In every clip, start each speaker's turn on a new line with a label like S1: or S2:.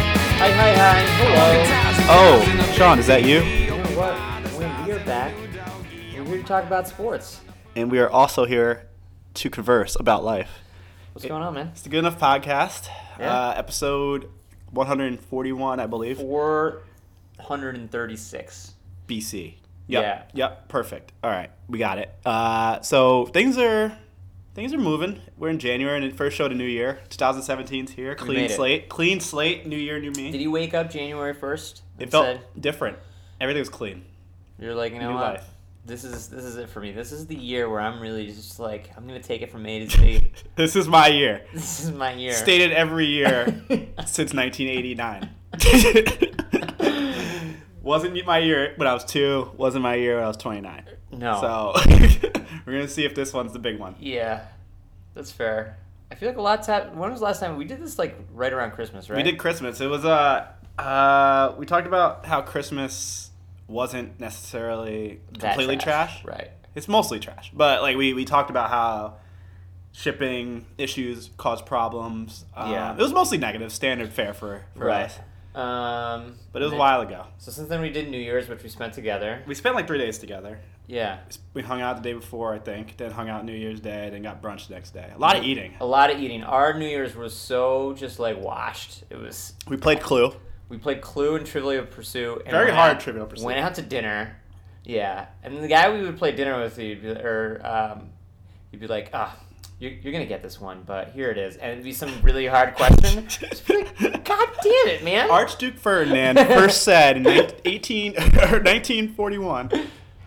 S1: Hi, hi. Hello.
S2: Oh, Sean, is that you?
S1: You know what? When we are back, we're here to talk about sports.
S2: And we are also here to converse about life.
S1: What's going on, man?
S2: It's the Good Enough Podcast,
S1: Yeah.
S2: uh, episode 141, I believe,
S1: 436.
S2: BC. Yep.
S1: Yeah.
S2: Yep. Perfect. All right, we got it. Uh, so things are things are moving. We're in January, and it first showed a new year. 2017's here. Clean
S1: made it.
S2: slate. Clean slate. New year, new me.
S1: Did you wake up January 1st?
S2: it
S1: and
S2: felt
S1: said-
S2: different. Everything was clean.
S1: You're like, you know
S2: New
S1: what?
S2: life.
S1: This is this is it for me. This is the year where I'm really just like I'm gonna take it from A to Z.
S2: this is my year.
S1: this is my year.
S2: Stated every year since 1989. wasn't my year when I was two. Wasn't my year when I was 29.
S1: no.
S2: So we're gonna see if this one's the big one.
S1: Yeah, that's fair. I feel like a lot's happened. When was the last time we did this? Like right around Christmas, right?
S2: We did Christmas. It was uh, uh, we talked about how Christmas wasn't necessarily
S1: That
S2: completely trash.
S1: Right.
S2: It's mostly trash, but like we we talked about how shipping issues cause problems. Um,
S1: Yeah.
S2: it was mostly negative, standard fare for for us.
S1: Um,
S2: But it was a
S1: then-
S2: while ago.
S1: So since then we did New Year's, which we spent together.
S2: We spent like three days together.
S1: Yeah.
S2: We hung out the day before, I think. Then hung out New Year's Day. Then got brunch the next day. A lot of eating.
S1: A lot of eating. Our New Year's was so just like washed. It was.
S2: We played Clue.
S1: We played Clue and Trivial Pursuit. And
S2: Very
S1: went
S2: hard
S1: out-
S2: Trivial Pursuit.
S1: Went out to dinner. Yeah, and the guy we would play dinner with, he'd be, or um, he'd be like, "Ah, you're, you're gonna get this one, but here it is," and it'd be some really hard question. Just be like, God damn it, man!
S2: Archduke Ferdinand first said in 19- 18 or 1941.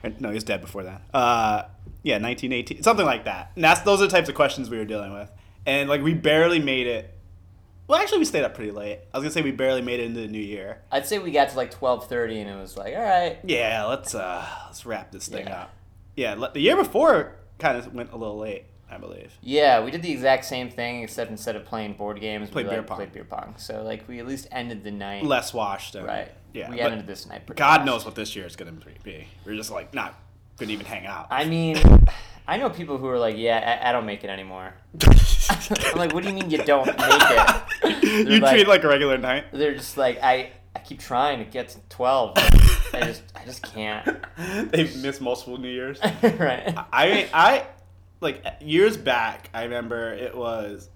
S2: and- No, he was dead before that. Uh, yeah, 1918, something like that. And that's those are the types of questions we were dealing with. And like we barely made it. Well, actually, we stayed up pretty late. I was gonna say we barely made it into the new year.
S1: I'd say we got to like twelve thirty, and it was like, all right,
S2: Yeah, let's uh let's wrap this thing
S1: Yeah.
S2: up. Yeah, le- the year before kind of went a little late, I believe.
S1: yeah, we did the exact same thing, except instead of playing board games,
S2: Played
S1: we
S2: beer
S1: like,
S2: pong.
S1: played beer pong. So like, we at least ended the night
S2: Less washed. And,
S1: right.
S2: Yeah.
S1: we
S2: but-
S1: ended this night. pretty
S2: God
S1: fast.
S2: knows what this year is going to be. We're just like not going to even hang out.
S1: I mean, I know people who are like, yeah, I, I don't make it anymore. I'm like, what do you mean you don't make it?
S2: you
S1: like-
S2: treat it like a regular night.
S1: They're just like, I, I keep trying to get to 12. I just, I just can't.
S2: They've missed multiple New Years.
S1: right.
S2: I mean, I like years back. I remember it was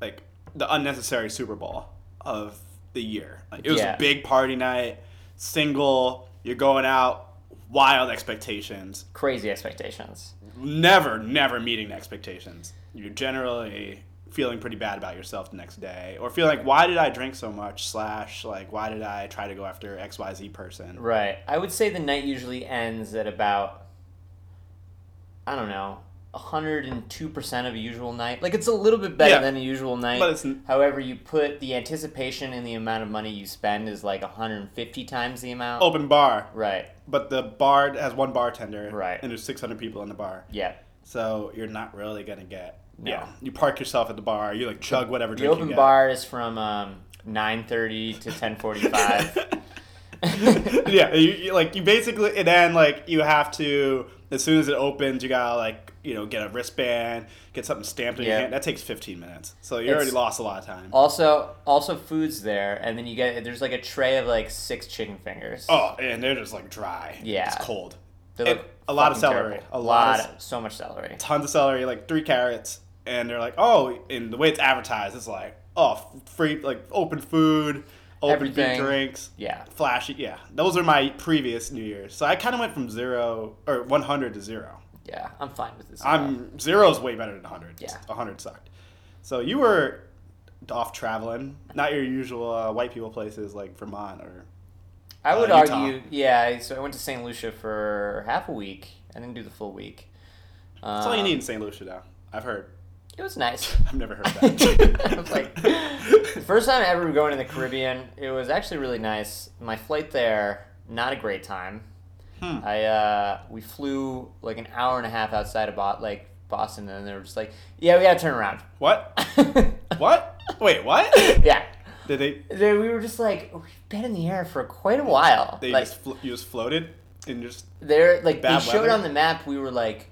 S2: like the unnecessary Super Bowl of the year. Like, it was
S1: Yeah.
S2: a big party night, single. You're going out, wild expectations.
S1: Crazy expectations.
S2: never, never meeting expectations. You're generally feeling pretty bad about yourself the next day, or feel like, why did I drink so much? Slash, like, why did I try to go after X Y Z person?
S1: Right. I would say the night usually ends at about, I don't know, 102% of a usual night. Like, it's a little bit better
S2: Yeah.
S1: than a usual night.
S2: But it's n-
S1: However, you put the anticipation and the amount of money you spend is like 150 times the amount.
S2: open bar,
S1: Right.
S2: but the bar has one bartender,
S1: Right.
S2: And there's 600 people in the bar,
S1: Yeah.
S2: so you're not really gonna get.
S1: No.
S2: Yeah, you park yourself at the bar. You like chug whatever
S1: The
S2: drink you
S1: open
S2: get.
S1: bar is from um, 9.30 to 10.45.
S2: yeah, you, you like you basically and then like you have to as soon as it opens, you gotta like you know get a wristband, get something stamped in
S1: Yeah.
S2: your hand. That takes fifteen minutes, so you
S1: It's-
S2: already lost a lot of time.
S1: also, also food's there, and then you get, there's like a tray of like six chicken fingers.
S2: Oh, and they're just like dry.
S1: Yeah.
S2: it's cold.
S1: They
S2: and
S1: look
S2: a lot of
S1: fucking
S2: celery,
S1: terrible.
S2: a lot of-
S1: so much celery.
S2: Tons of celery, like three carrots, and they're like, oh, and the way it's advertised, it's like oh, free like open food, open
S1: Everything.
S2: food drinks.
S1: Yeah.
S2: Flashy, yeah. Those are my previous New Year's. So I kind of went from zero or 100 to zero.
S1: Yeah, I'm fine with this.
S2: I'm zero's way better than hundred.
S1: Um, Yeah.
S2: hundred sucked. So you were off traveling, not your usual uh, white people places like Vermont or
S1: I
S2: uh,
S1: would
S2: Utah.
S1: argue, yeah, I- so I went to St. Lucia for half a week. I didn't do the full week. Um,
S2: that's all you need in St. Lucia. Though I've heard,
S1: It was nice.
S2: I've never heard that.
S1: I was like, the first time ever going to the Caribbean, it was actually really nice. My flight there, not a great time.
S2: Hmm.
S1: I uh, we flew like an hour and a half outside of Bo- like Boston, and they were just like, "Yeah, we gotta turn around."
S2: what? What? Wait, what?
S1: yeah,
S2: Did they?
S1: Then we were just like, "We've been in the air for quite a while."
S2: They
S1: like
S2: just flo- you just floated and just
S1: they're like they
S2: Bad
S1: showed
S2: weather?
S1: on the map we were like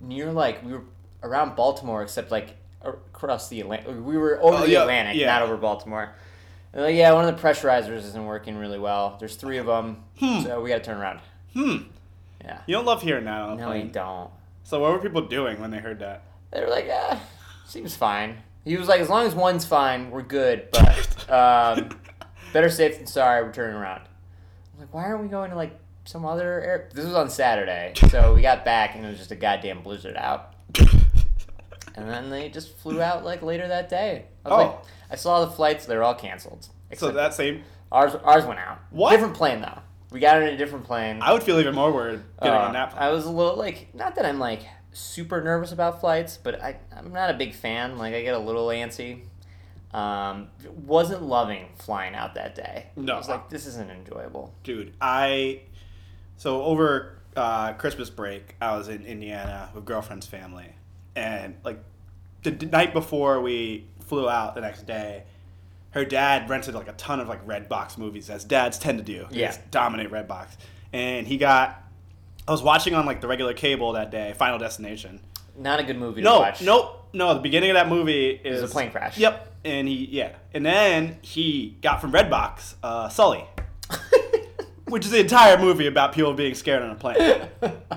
S1: near like we were around Baltimore, except like across the Atlantic. We were over
S2: Oh,
S1: the
S2: yeah,
S1: Atlantic,
S2: yeah.
S1: not over Baltimore. And they're like, yeah, one of the pressurizers isn't working really well. There's three of them,
S2: Hmm.
S1: so we got to turn around.
S2: Hmm.
S1: Yeah.
S2: You don't love hearing that on a
S1: No, you
S2: plane.
S1: don't.
S2: So what were people doing when they heard that?
S1: They were like, ah, seems fine. He was like, as long as one's fine, we're good, but um, better safe than sorry, we're turning around. I'm like, why aren't we going to like some other air? This was on Saturday, so we got back and it was just a goddamn blizzard out. And then they just flew out like later that day. I was
S2: Oh.
S1: like, I saw the flights, they're all canceled.
S2: so
S1: Except
S2: that same.
S1: ours, ours went out.
S2: What?
S1: Different plane though. We got in a different plane.
S2: I would feel even more worried getting
S1: Uh,
S2: on that plane.
S1: I was a little like, not that I'm like super nervous about flights, but I, I'm not a big fan. Like I get a little antsy. Um, wasn't loving flying out that day.
S2: No.
S1: I was like, this isn't enjoyable.
S2: Dude, I so over uh, Christmas break, I was in Indiana with girlfriend's family, and like the d- night before we flew out the next day, her dad rented like a ton of like Red Box movies, as dads tend to do. They
S1: Yeah.
S2: just dominate Red Box, and he got. I was watching on like the regular cable that day, Final Destination.
S1: Not a good movie to
S2: No,
S1: watch.
S2: nope, no. The beginning of that movie is
S1: a plane crash.
S2: Yep, and he yeah, and then he got from Redbox uh, Sully, which is the entire movie about people being scared on a plane.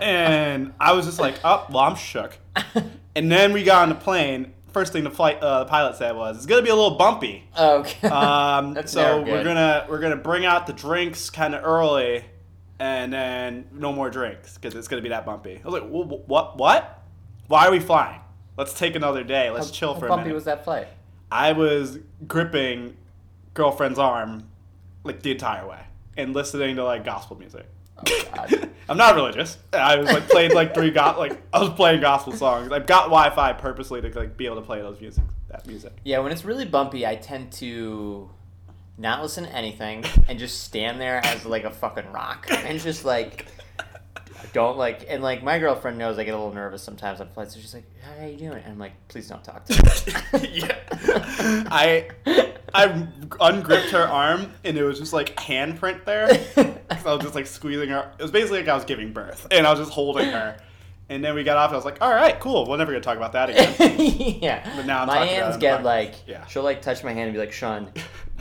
S2: and I was just like, oh, well, I'm shook. And then we got on the plane. First thing the flight uh, the pilot said was, "It's gonna be a little bumpy."
S1: okay.
S2: Um,
S1: That's
S2: so
S1: never
S2: we're
S1: good.
S2: gonna we're gonna bring out the drinks kind of early, and then no more drinks because it's gonna be that bumpy. I was like, "Wha- wha- what? What? Why are we flying? Let's take another day. Let's chill
S1: How
S2: for a
S1: bumpy
S2: minute."
S1: was that flight?
S2: I was gripping girlfriend's arm like the entire way and listening to like gospel music.
S1: Oh, God.
S2: I'm not religious. I was like played like three go- like I was playing gospel songs. I've got Wi-Fi purposely to like be able to play those music that music.
S1: Yeah, when it's really bumpy, I tend to not listen to anything and just stand there as like a fucking rock and just like don't like and like my girlfriend knows I get a little nervous sometimes on flights. So she's like, "How are you doing?" And I'm like, "Please don't talk to me."
S2: yeah. I I ungripped her arm and it was just like handprint there. So I was just like squeezing her. It was basically like I was giving birth and I was just holding her. And then we got off and I was like, all right, cool. We're never going to talk about that again.
S1: yeah.
S2: But now I'm
S1: my
S2: talking about it
S1: hands
S2: on the
S1: get
S2: podcast.
S1: like
S2: Yeah.
S1: she'll like touch my hand and be like, "Sean,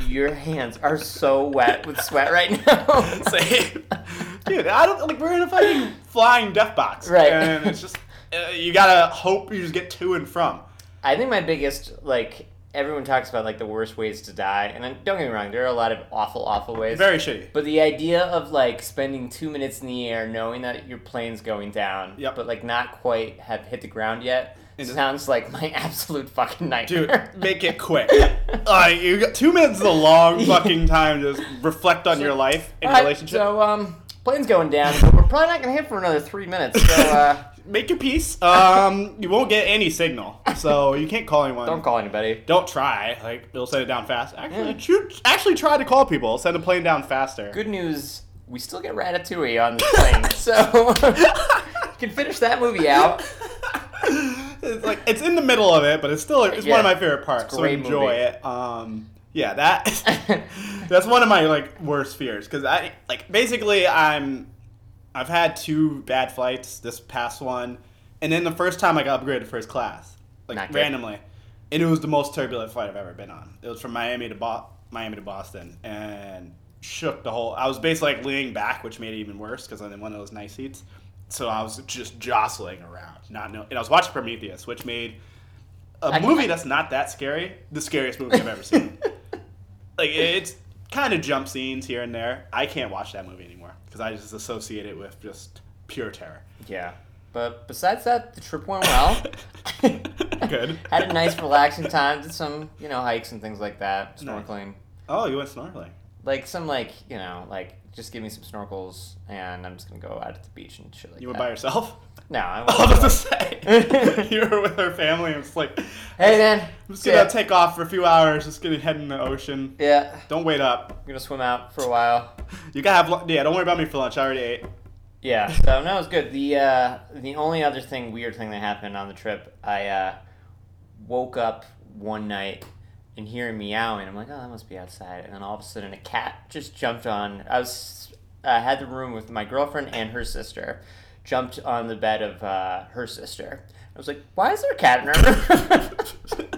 S1: your hands are so wet with sweat right now."
S2: Same. Dude, I don't like we're in a fucking flying death box.
S1: Right.
S2: And it's just uh, you gotta hope you just get to and from.
S1: I think my biggest like everyone talks about like the worst ways to die, and I- don't get me wrong, there are a lot of awful, awful ways.
S2: Very shitty.
S1: but the idea of like spending two minutes in the air, knowing that your plane's going down,
S2: Yep.
S1: but like not quite have hit the ground yet,
S2: It is-
S1: sounds like my absolute fucking
S2: Dude,
S1: nightmare.
S2: make it quick. Like you got two minutes is a long fucking time to just reflect on your life and
S1: All right,
S2: relationship.
S1: So um, plane's going down, but we're probably not gonna hit for another three minutes. So uh,
S2: Make your peace. Um, you won't get any signal, so you can't call anyone.
S1: don't call anybody.
S2: Don't try. Like it'll send it down fast. Actually, shoot, actually try to call people. It'll Send a plane down faster.
S1: Good news, we still get Ratatouille on the plane, so you can finish that movie out.
S2: it's like it's in the middle of it, but it's still it's one of
S1: Yeah.
S2: my favorite parts.
S1: a
S2: So
S1: great
S2: enjoy
S1: movie.
S2: it. Um, yeah, that that's one of my like worst fears because I like basically I'm I've had two bad flights this past one, and then the first time I got upgraded to first class like
S1: Not good.
S2: randomly, and it was the most turbulent flight I've ever been on. It was from Miami to Bo- Miami to Boston, and shook the whole. I was basically like leaning back, which made it even worse because I'm in one of those nice seats. So I was just jostling around, not know. And I was watching Prometheus, which made a
S1: I-
S2: movie
S1: I-
S2: that's not that scary the scariest movie I've ever seen. like it's kind of jump scenes here and there. I can't watch that movie anymore because I just associate it with just pure terror.
S1: Yeah. But besides that, the trip went well.
S2: Good.
S1: Had a nice, relaxing time. Did some, you know, hikes and things like that. Snorkeling.
S2: Oh, you went snorkeling.
S1: Like some, like you know, like just give me some snorkels, and I'm just gonna go out at the beach and shit like
S2: You Oh,
S1: that.
S2: went by yourself.
S1: No, I
S2: I was
S1: went.
S2: about to say you were with her family. and It's like I'm
S1: hey man. I'm
S2: just gonna take off for a few hours. Just gonna head in the ocean.
S1: yeah.
S2: Don't wait up.
S1: I'm gonna swim out for a while.
S2: You gotta have lunch. Yeah, don't worry about me for lunch. I already ate.
S1: Yeah. So no, it was good. The uh, the only other thing, weird thing that happened on the trip, I uh, woke up one night and hearing meowing. I'm like, oh, that must be outside. And then all of a sudden, a cat just jumped on. I was I had the room with my girlfriend and her sister. Jumped on the bed of uh, her sister. I was like, why is there a cat in her room?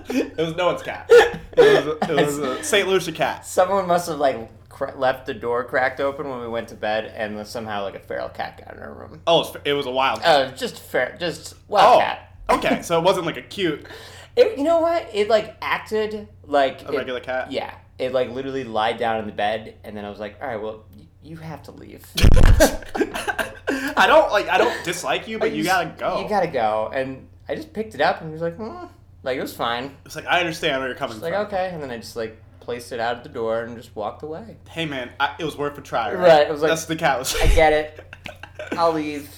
S2: it was no one's cat. It was, a- it was a St. Lucia cat.
S1: Someone must have like cr- left the door cracked open when we went to bed, and then somehow like a feral cat got in our room.
S2: Oh, it's- it was a wild cat.
S1: Uh, just fair, just wild
S2: Oh,
S1: cat.
S2: okay. So it wasn't like a cute.
S1: It, you know what? It like acted like
S2: A
S1: it-
S2: regular cat?
S1: Yeah, it like literally lied down in the bed, and then I was like, all right, well, y- you have to leave.
S2: I don't like. I don't dislike you, but you gotta go.
S1: You gotta go, and I just picked it up and was like, hmm. like it was fine.
S2: it's like I understand where you're coming
S1: Like
S2: from.
S1: okay, and then I just like placed it out at the door and just walked away.
S2: Hey man, I, it was worth a try. Right?
S1: Right, it was like-
S2: That's the cat was.
S1: I get it. I'll leave.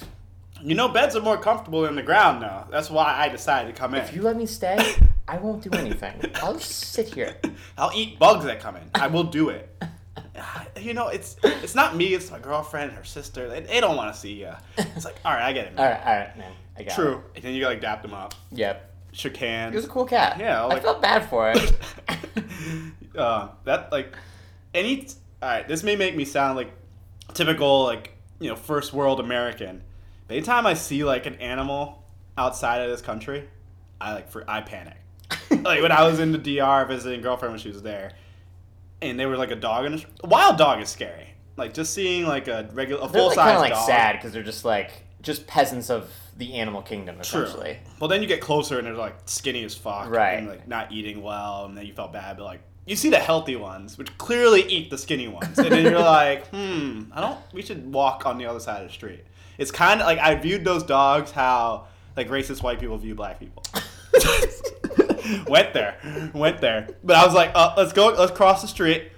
S2: You know, beds are more comfortable than the ground now. That's why I decided to come in.
S1: If you let me stay, I won't do anything. I'll just sit here.
S2: I'll eat bugs that come in. I will do it. You know, it's it's not me. It's my girlfriend, her sister. They, they don't want to see you. It's like, all right, I get it. Man.
S1: All right, all right, man. I got It.
S2: True. And then you gotta like dap them up,
S1: Yep.
S2: shook
S1: It was
S2: hands.
S1: a cool cat.
S2: Yeah,
S1: I
S2: like-
S1: felt bad for it.
S2: uh, that like any. All right, this may make me sound like typical like you know first world American. But anytime I see like an animal outside of this country, I like for I panic. like when I was in the DR visiting girlfriend when she was there, and they were like a dog and a, a wild dog is scary. Like just seeing like a regular a
S1: They're
S2: full
S1: like, kind
S2: size
S1: of like
S2: dog.
S1: sad because they're just like just peasants of the animal kingdom
S2: True.
S1: essentially.
S2: Well, then you get closer and they're like skinny as fuck,
S1: Right.
S2: And like not eating well, and then you felt bad, but like you see the healthy ones, which clearly eat the skinny ones, and then you're like, hmm, I don't. We should walk on the other side of the street. It's kind of like I viewed those dogs how like racist white people view black people. went there, went there, but I was like, uh, let's go, let's cross the street,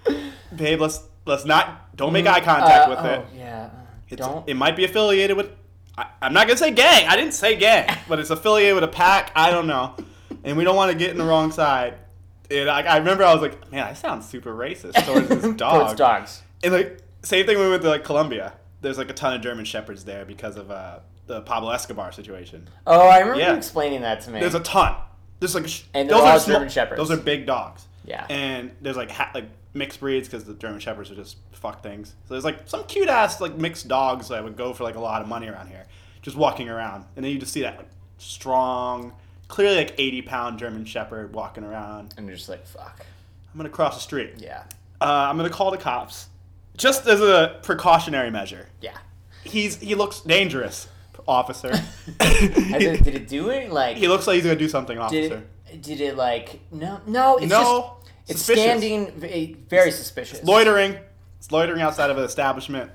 S2: babe. Let's let's not don't make eye contact
S1: Uh,
S2: with
S1: oh,
S2: it.
S1: Yeah.
S2: It's,
S1: Don't.
S2: It might be affiliated with. I, I'm not gonna say gang. I didn't say gang, but it's affiliated with a pack. I don't know, and we don't want to get in the wrong side. And I, I remember I was like, man, I sound super racist towards this dog.
S1: Towards dogs.
S2: And like same thing when we went to like Colombia. There's like a ton of German shepherds there because of uh, the Pablo Escobar situation.
S1: Oh, I remember
S2: Yeah.
S1: you explaining that to me.
S2: There's a ton. There's like a sh-
S1: And they're all German Shepherds.
S2: Those are big dogs.
S1: Yeah.
S2: And there's like ha- like mixed breeds because the German shepherds are just fuck things. So there's like some cute ass like mixed dogs that would go for like a lot of money around here, just walking around. And then you just see that like strong, clearly like 80 pound German shepherd walking around.
S1: and you're just like, fuck.
S2: I'm gonna cross the street.
S1: Yeah.
S2: Uh, I'm gonna call the cops, just as a precautionary measure.
S1: Yeah.
S2: He's he looks dangerous, officer.
S1: I said, did it do it? Like,
S2: he looks like he's gonna do something, officer.
S1: did it, did it like no no it's
S2: No.
S1: just it's
S2: Suspicious.
S1: standing v- very suspicious
S2: loitering. It's loitering outside of an establishment.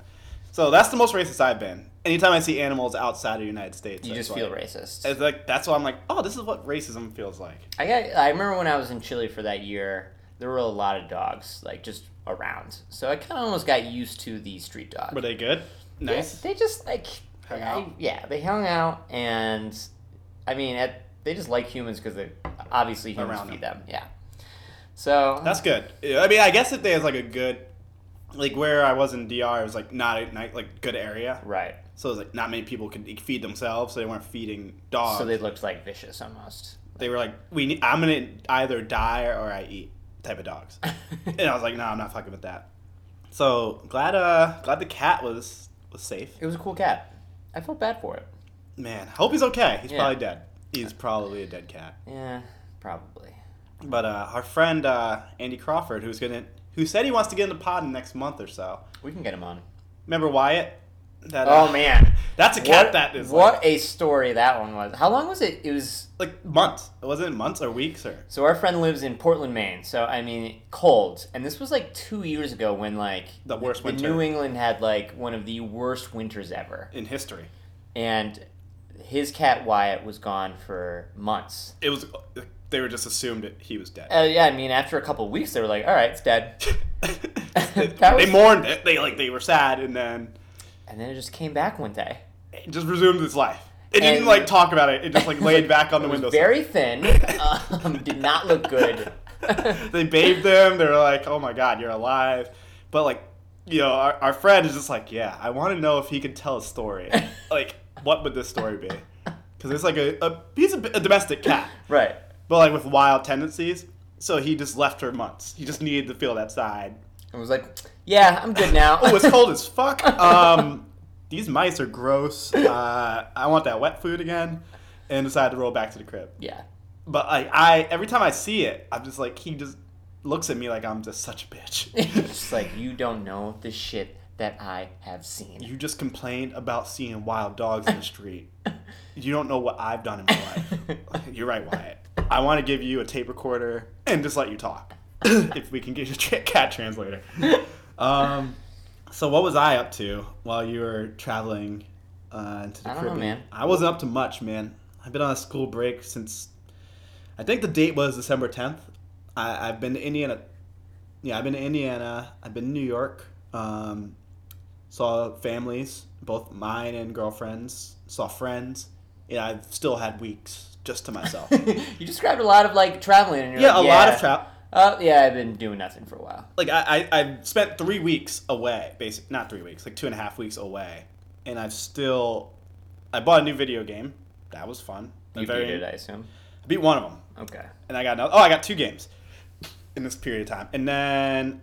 S2: So that's the most racist I've been. Anytime I see animals outside of the United States,
S1: you
S2: it's
S1: just
S2: like,
S1: feel racist
S2: It's like that's why I'm like, oh, this is what racism feels like.
S1: I got I remember when I was in Chile for that year there were a lot of dogs like just around so I kind of almost got used to the street dogs
S2: Were they good? Nice.
S1: they just like
S2: Hung
S1: I-
S2: out?
S1: yeah they hung out and I mean at, they just like humans because they obviously humans
S2: Around
S1: feed them. yeah so
S2: That's good. Yeah, I mean, I guess if there's like a good, like where I was in DR, it was like not a night like good area.
S1: right
S2: So it was like not many people could feed themselves, so they weren't feeding dogs.
S1: so they looked like vicious almost
S2: they were like, we need, I'm gonna either die or I eat type of dogs. and I was like, no, I'm not fucking with that. So glad, uh, glad the cat was was safe.
S1: it was a cool cat I felt bad for it
S2: Man, I hope he's okay. He's
S1: Yeah.
S2: probably dead. He's probably a dead cat.
S1: Yeah, probably.
S2: But uh, our friend uh, Andy Crawford, who's gonna, who said he wants to get in the pod in the next month or so.
S1: We can get him on.
S2: Remember Wyatt? That, uh,
S1: Oh man,
S2: that's a cat that is
S1: what
S2: like,
S1: a story that one was. How long was it? It was
S2: like months. It wasn't months or weeks or.
S1: so our friend lives in Portland, Maine. So I mean, cold, and this was like two years ago when like
S2: The worst winter.
S1: New England had like one of the worst winters ever,
S2: In history,
S1: and his cat Wyatt was gone for months.
S2: it was they were just assumed that he was dead.
S1: Uh, yeah, I mean, after a couple weeks, they were like, "All right, it's dead,"
S2: they,
S1: That was-
S2: they mourned it. They like they were sad, and then
S1: and then it just came back one day.
S2: it just resumed its life. It
S1: And-
S2: didn't like talk about it. It just like laid back on the
S1: It was
S2: windowsill.
S1: very thin, um, did not look good.
S2: they bathed them. They were like, "Oh my god, you're alive!" But like, you know, our, our friend is just like, "Yeah, I want to know if he could tell a story. like, what would this story be?" Because it's like a, a he's a, a domestic cat,
S1: right.
S2: but like with wild tendencies. So he just left her months. He just needed to feel that side.
S1: and was like, "Yeah, I'm good now."
S2: Oh, it's cold as fuck. Um, these mice are gross. Uh, I want that wet food again, and decided to roll back to the crib.
S1: yeah,
S2: But like I, every time I see it, I'm just like he just looks at me like I'm just such a bitch.
S1: it's like you don't know the shit that I have seen.
S2: you just complained about seeing wild dogs in the street. You don't know what I've done in my life. You're right, Wyatt. I want to give you a tape recorder and just let you talk, if we can get you a tra- cat translator. Um, so what was I up to while you were traveling uh, to the
S1: I don't know,
S2: Caribbean?
S1: man.
S2: I wasn't up to much, man. I've been on a school break since. I think the date was December 10th. I, I've been to Indiana. Yeah, I've been to Indiana. I've been to New York. Um, saw families, both mine and girlfriends. Saw friends. Yeah, I've still had weeks just to myself.
S1: you described a lot of like traveling. And you're
S2: yeah, a
S1: like,
S2: lot of travel.
S1: Oh yeah, I've been doing nothing for a while.
S2: like I, I I've spent three weeks away, basic not three weeks, like two and a half weeks away, and I've still I bought a new video game. That was fun. I
S1: You
S2: very-
S1: beat it, I assume.
S2: I beat one of them,
S1: Okay.
S2: and I got another. Oh, I got two games in this period of time, and then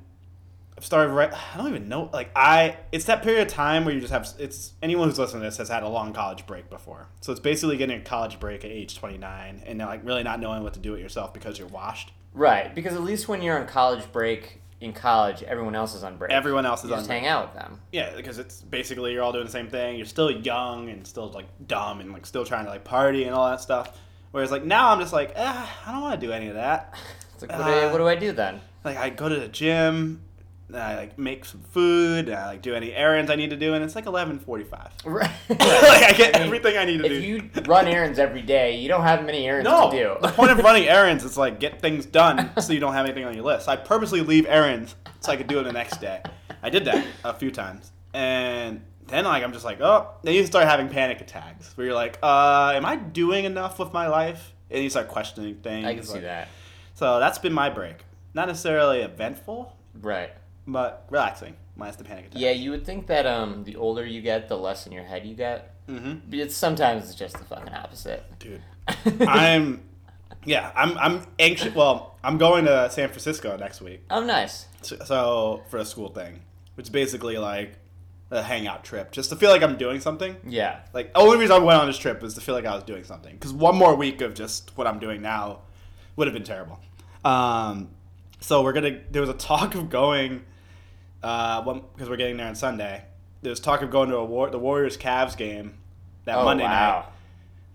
S2: I've started. Right, I don't even know. Like I, it's that period of time where you just have. It's anyone who's listening to this has had a long college break before, so it's basically getting a college break at age twenty nine, and like really not knowing what to do with yourself because you're washed.
S1: Right, because at least when you're on college break in college, everyone else is on break.
S2: Everyone else is
S1: you
S2: on.
S1: just hang out with them.
S2: Yeah, because it's basically you're all doing the same thing. You're still young and still like dumb and like still trying to like party and all that stuff. Whereas like now I'm just like, ah, I don't want to do any of that.
S1: It's like, what, do I,
S2: Uh,
S1: what do I do then?
S2: Like I go to the gym, and I like make some food, and I like do any errands I need to do, and it's like 11:45.
S1: Right.
S2: like I get
S1: I mean,
S2: everything I need to do.
S1: If you run errands every day, you don't have many errands
S2: no,
S1: to do.
S2: the point of running errands is like get things done so you don't have anything on your list. I purposely leave errands so I could do it the next day. I did that a few times, and then like I'm just like, oh, then you start having panic attacks where you're like, uh, am I doing enough with my life? And you start questioning things.
S1: I can see
S2: like-
S1: that.
S2: So that's been my break. Not necessarily eventful,
S1: Right.
S2: but relaxing. Minus the panic attack.
S1: Yeah, you would think that um, the older you get, the less in your head you get.
S2: Mm-hmm.
S1: But it's sometimes it's just the fucking opposite.
S2: Dude. I'm. Yeah, I'm. I'm anxious. Well, I'm going to San Francisco next week.
S1: oh, nice.
S2: So- so for a school thing, which is basically like a hangout trip, just to feel like I'm doing something.
S1: Yeah.
S2: Like the only reason I went on this trip was to feel like I was doing something. Because one more week of just what I'm doing now would have been terrible. Um, so we're gonna. There was a talk of going because we're getting there on Sunday. There was talk of going to a war, the Warriors Cavs game that
S1: oh,
S2: Monday
S1: wow.
S2: night.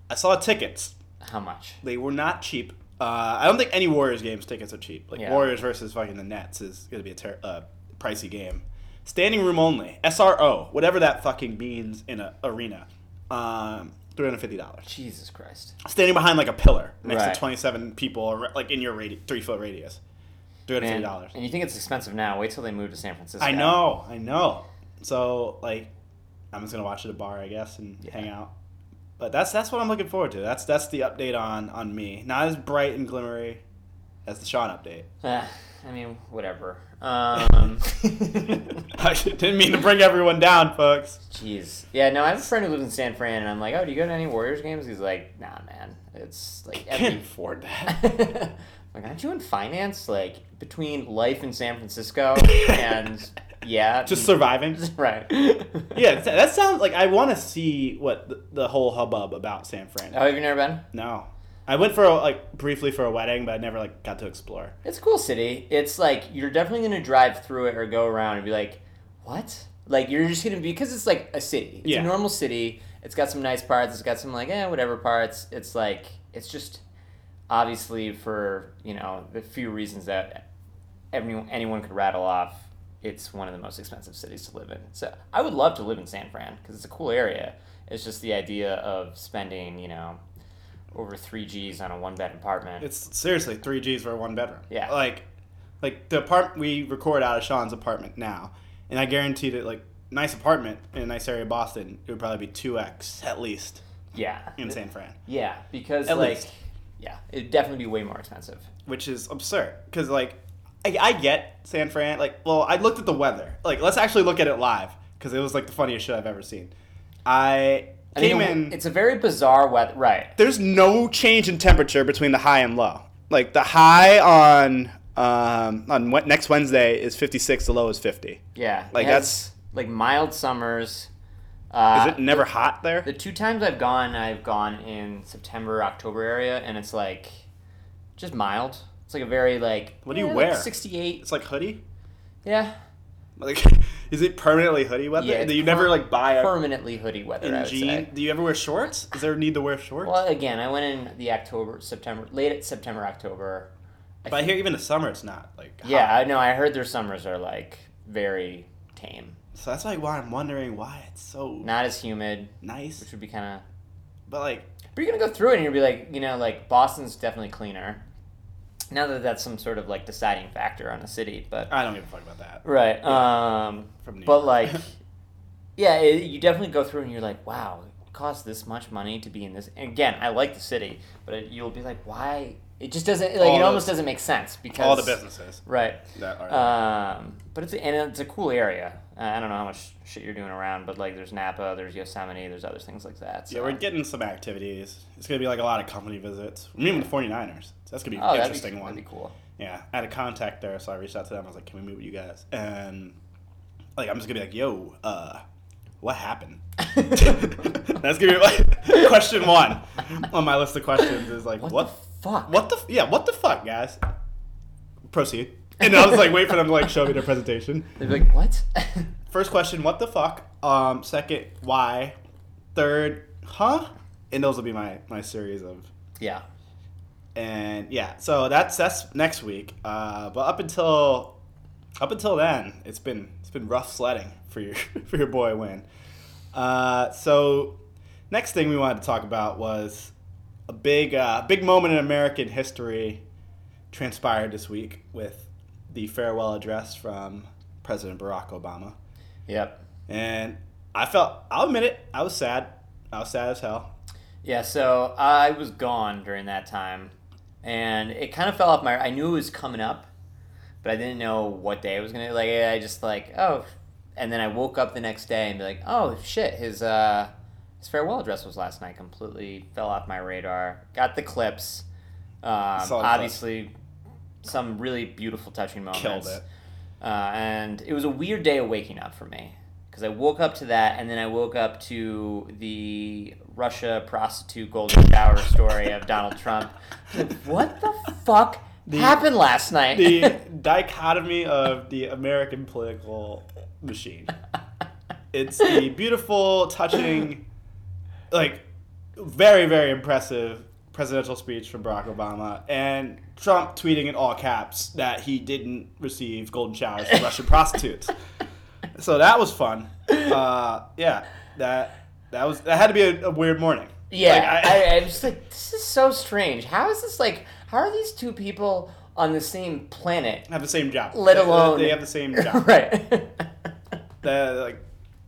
S2: I saw tickets.
S1: How much?
S2: They were not cheap. Uh, I don't think any Warriors games tickets are cheap. Like
S1: Yeah.
S2: Warriors versus fucking the Nets is gonna be a ter- uh, pricey game. Standing room only, SRO, whatever that fucking means in a arena, um, three hundred fifty dollars.
S1: Jesus Christ.
S2: Standing behind like a pillar next
S1: Right.
S2: to twenty seven people, ar- like in your radi- three foot radius, three hundred
S1: Man,
S2: fifty dollars.
S1: And you think it's expensive now. Wait till they move to San Francisco.
S2: I know, I know. So like, I'm just gonna watch at a bar, I guess, and
S1: Yeah.
S2: hang out. But that's that's what I'm looking forward to. That's that's the update on on me. Not as bright and glimmery as the Sean update.
S1: Ah, I mean, whatever. Um,
S2: I didn't mean to bring everyone down, folks.
S1: jeez. Yeah, no, I have a friend who lives in San Fran, and I'm like, oh, do you go to any Warriors games? He's like, nah, man. It's like
S2: Can't
S1: every.
S2: afford that.
S1: like, aren't you in finance? Like, between life in San Francisco and. Yeah.
S2: Just surviving.
S1: Right.
S2: Yeah, that- that sounds like I want to see what the, the whole hubbub about San Fran.
S1: Oh, have you never been?
S2: No, I went for a, like briefly for a wedding, but I never like got to explore.
S1: It's a cool city. It's like you're definitely gonna drive through it or go around and be like, what? Like you're just gonna be because it's like a city. It's
S2: Yeah.
S1: a normal city. It's got some nice parts. It's got some like eh whatever parts. It's like it's just obviously for you know the few reasons that anyone anyone could rattle off. It's one of the most expensive cities to live in. So I would love to live in San Fran because it's a cool area. It's just the idea of spending you know over three G's on a one bed apartment.
S2: It's seriously three G's for a one bedroom.
S1: Yeah.
S2: Like, like the apartment we record out of Sean's apartment now, and I guarantee that like nice apartment in a nice area of Boston, it would probably be two X at least
S1: yeah.
S2: in San Fran,
S1: Yeah, because
S2: At
S1: like,
S2: least.
S1: yeah, it'd definitely be way more expensive.
S2: which is absurd because like I, I get San Fran. Like, well, I looked at the weather. Like, let's actually look at it live because it was like the funniest shit I've ever seen. I
S1: I
S2: came
S1: mean,
S2: in.
S1: it's a very bizarre weather, right?
S2: there's no change in temperature between the high and low. Like the high on um, on what next Wednesday is 56, the low is 50.
S1: Yeah,
S2: Like,
S1: it has, like mild summers. Uh,
S2: Is it never hot there?
S1: The two times I've gone, I've gone in September, October area, and it's like just mild. It's It's like a very like.
S2: What do you
S1: eh, like
S2: wear?
S1: Sixty-eight.
S2: It's like hoodie.
S1: Yeah.
S2: Like, is it permanently hoodie weather?
S1: Yeah,
S2: Do you never like buy a
S1: Permanently hoodie weather. I
S2: in
S1: would
S2: jean?
S1: say.
S2: Do you ever wear shorts? Is there a need to wear shorts?
S1: Well, again, I went in the October, September, late September, October.
S2: but I hear even the summer it's not like. hot.
S1: Yeah, I know. I heard their summers are like very tame,
S2: So that's like why I'm wondering why it's so
S1: not as humid,
S2: nice.
S1: which would be kind of.
S2: But like,
S1: But you're gonna go through it and you'll be like, you know, like Boston's definitely cleaner. Now that that's some sort of like deciding factor on a city, but
S2: I don't give a fuck about that.
S1: right. Um,
S2: From New
S1: but
S2: York.
S1: like, yeah, it, you definitely go through and you're like, wow, it costs this much money to be in this. And again, I like the city, but it, you'll be like, why? It just doesn't. Like,
S2: All
S1: it
S2: those-
S1: almost doesn't make sense because
S2: all the businesses
S1: right?
S2: that are.
S1: Um, but it's and it's a cool area. Uh, I don't know how much shit you're doing around, but like, there's Napa, there's Yosemite, there's other things like that.
S2: yeah,
S1: so-
S2: we're getting some activities. It's gonna be like a lot of company visits. We're meeting with the 49ers. So that's gonna be
S1: oh,
S2: an
S1: that'd be-
S2: interesting one.
S1: That'd be cool.
S2: yeah, I had a contact there, so I reached out to them. I was like, "Can we meet with you guys?" And like, I'm just gonna be like, "Yo, uh, what happened?" That's gonna be like, question one on my list of questions. Is like,
S1: What,
S2: what?
S1: the fuck?
S2: what the? f- Yeah, what the fuck, guys? Proceed. And I was like, wait for them to like show me their presentation.
S1: They'd be like, what?
S2: First question, what the fuck? Um, second, why? Third, huh? And those will be my my series of
S1: yeah.
S2: and yeah so that's that's next week uh, but up until up until then it's been it's been rough sledding for your for your boy win uh, so next thing we wanted to talk about was a big uh, big moment in american history transpired this week with the farewell address from president barack obama
S1: Yep.
S2: and i felt i'll admit it i was sad i was sad as hell
S1: Yeah, so I was gone during that time, and it kind of fell off my. I knew it was coming up, but I didn't know what day it was gonna. Like, I just like oh, and then I woke up the next day and be like, oh shit, his uh, his farewell address was last night. Completely fell off my radar. Got the clips. Um,
S2: saw the clips.
S1: obviously, some really beautiful, touching moments.
S2: killed it
S1: Uh, and it was a weird day of waking up for me because I woke up to that, and then I woke up to the Russia prostitute golden shower story of Donald Trump. Like, what the fuck happened last night?
S2: the dichotomy of the American political machine. It's the beautiful, touching, like very, very impressive presidential speech from Barack Obama and Trump tweeting in all caps that he didn't receive golden showers from Russian prostitutes. So that was fun. Uh, yeah, that that was that had to be a, a weird morning.
S1: yeah,
S2: Like,
S1: I, I, am just like, this is so strange. How is this like? How are these two people on the same planet?
S2: have the same job.
S1: Let
S2: They-
S1: alone-
S2: they have the same job.
S1: right.
S2: that like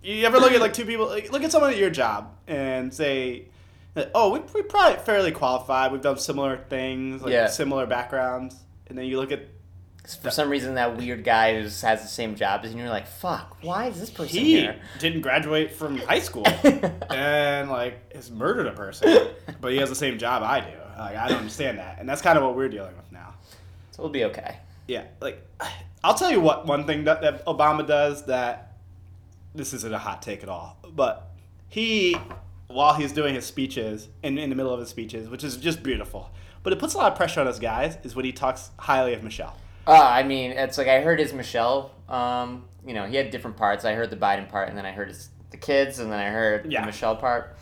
S2: you ever look at like two people like, look at someone at your job and say that, oh we, we probably fairly qualified we've done similar things like
S1: Yeah.
S2: similar backgrounds and then you look at
S1: 'Cause for some reason, that weird guy who has the same job as you, and you're like, fuck, why is this person
S2: he
S1: here?
S2: didn't graduate from high school and like has murdered a person but he has the same job i do like i don't understand that and that's kind of what we're dealing with now
S1: So we'll be okay.
S2: yeah like i'll tell you what one thing that, that obama does that this isn't a hot take at all but he while he's doing his speeches and in the middle of his speeches which is just beautiful but it puts a lot of pressure on us guys is when he talks highly of michelle
S1: Uh, I mean, it's like I heard his Michelle. Um, you know, he had different parts. I heard the Biden part, and then I heard his the kids, and then I heard
S2: Yeah.
S1: the Michelle part.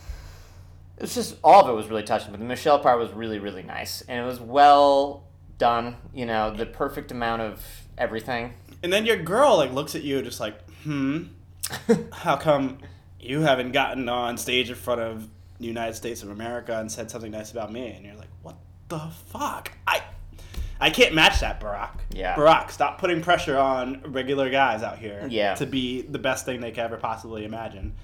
S1: It was just all of it was really touching, but the Michelle part was really, really nice, and it was well done. You know, the perfect amount of everything.
S2: and then your girl like looks at you just like hmm how come you haven't gotten on stage in front of the united states of america and said something nice about me and you're like what the fuck i i can't match that barack
S1: Yeah.
S2: barack stop putting pressure on regular guys out here
S1: Yeah.
S2: to be the best thing they could ever possibly imagine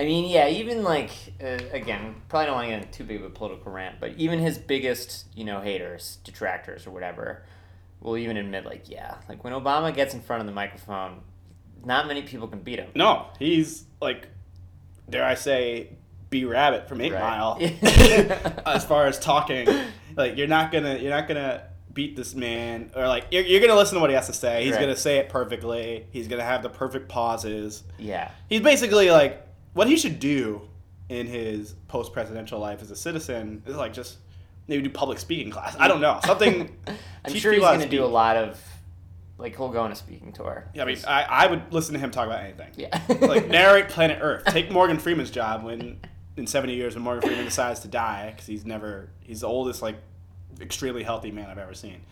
S1: I mean, yeah, even like uh, again, probably don't want to get into too big of a political rant, but even his biggest, you know, haters, detractors, or whatever, will even admit, like, yeah, like when Obama gets in front of the microphone, not many people can beat him.
S2: no he's like dare i say b rabbit from eight
S1: Right.
S2: mile as far as talking like you're not gonna you're not gonna beat this man or like you're, you're gonna listen to what he has to say he's
S1: Right.
S2: gonna say it perfectly he's gonna have the perfect pauses
S1: Yeah,
S2: he's basically like what he should do in his post-presidential life as a citizen is like just Maybe do public speaking class. I don't know. Something.
S1: I'm
S2: teach
S1: sure he's
S2: people how to
S1: going to do a
S2: speak.
S1: lot of, like, he'll go on a speaking tour.
S2: Yeah, I mean, I, I would listen to him talk about anything.
S1: yeah.
S2: Like narrate Planet Earth. Take Morgan Freeman's job when in 70 years when Morgan Freeman decides to die because he's never he's the oldest like extremely healthy man I've ever seen.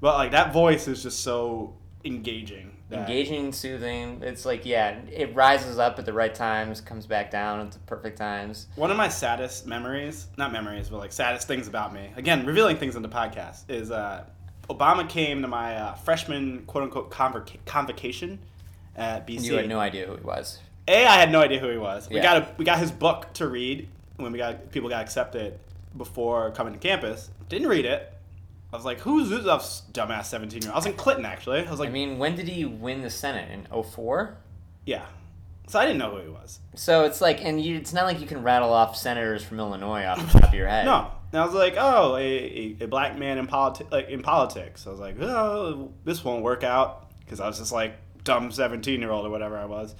S2: But like that voice is just so engaging. That,
S1: engaging, soothing. It's like yeah, it rises up at the right times, comes back down at the perfect times.
S2: One of my saddest memories, not memories, but like saddest things about me, again, revealing things on the podcast, is uh, Obama came to my uh, freshman quote unquote convoc- convocation at BC.
S1: You had no idea who he was.
S2: A, I had no idea who he was. We
S1: Yeah.
S2: got a, we got his book to read when we got people got accepted before coming to campus. Didn't read it. I was like, who's this dumbass seventeen year old? I was in Clinton actually. I was
S1: I
S2: like,
S1: mean, when did he win the Senate in 04?
S2: yeah. So I didn't know who he was.
S1: So it's like, and you, it's not like you can rattle off senators from Illinois off the top of your head.
S2: No. And I was like, oh, a, a, a black man in politi- like in politics. I was like, oh, this won't work out because I was just like dumb seventeen year old or whatever I was.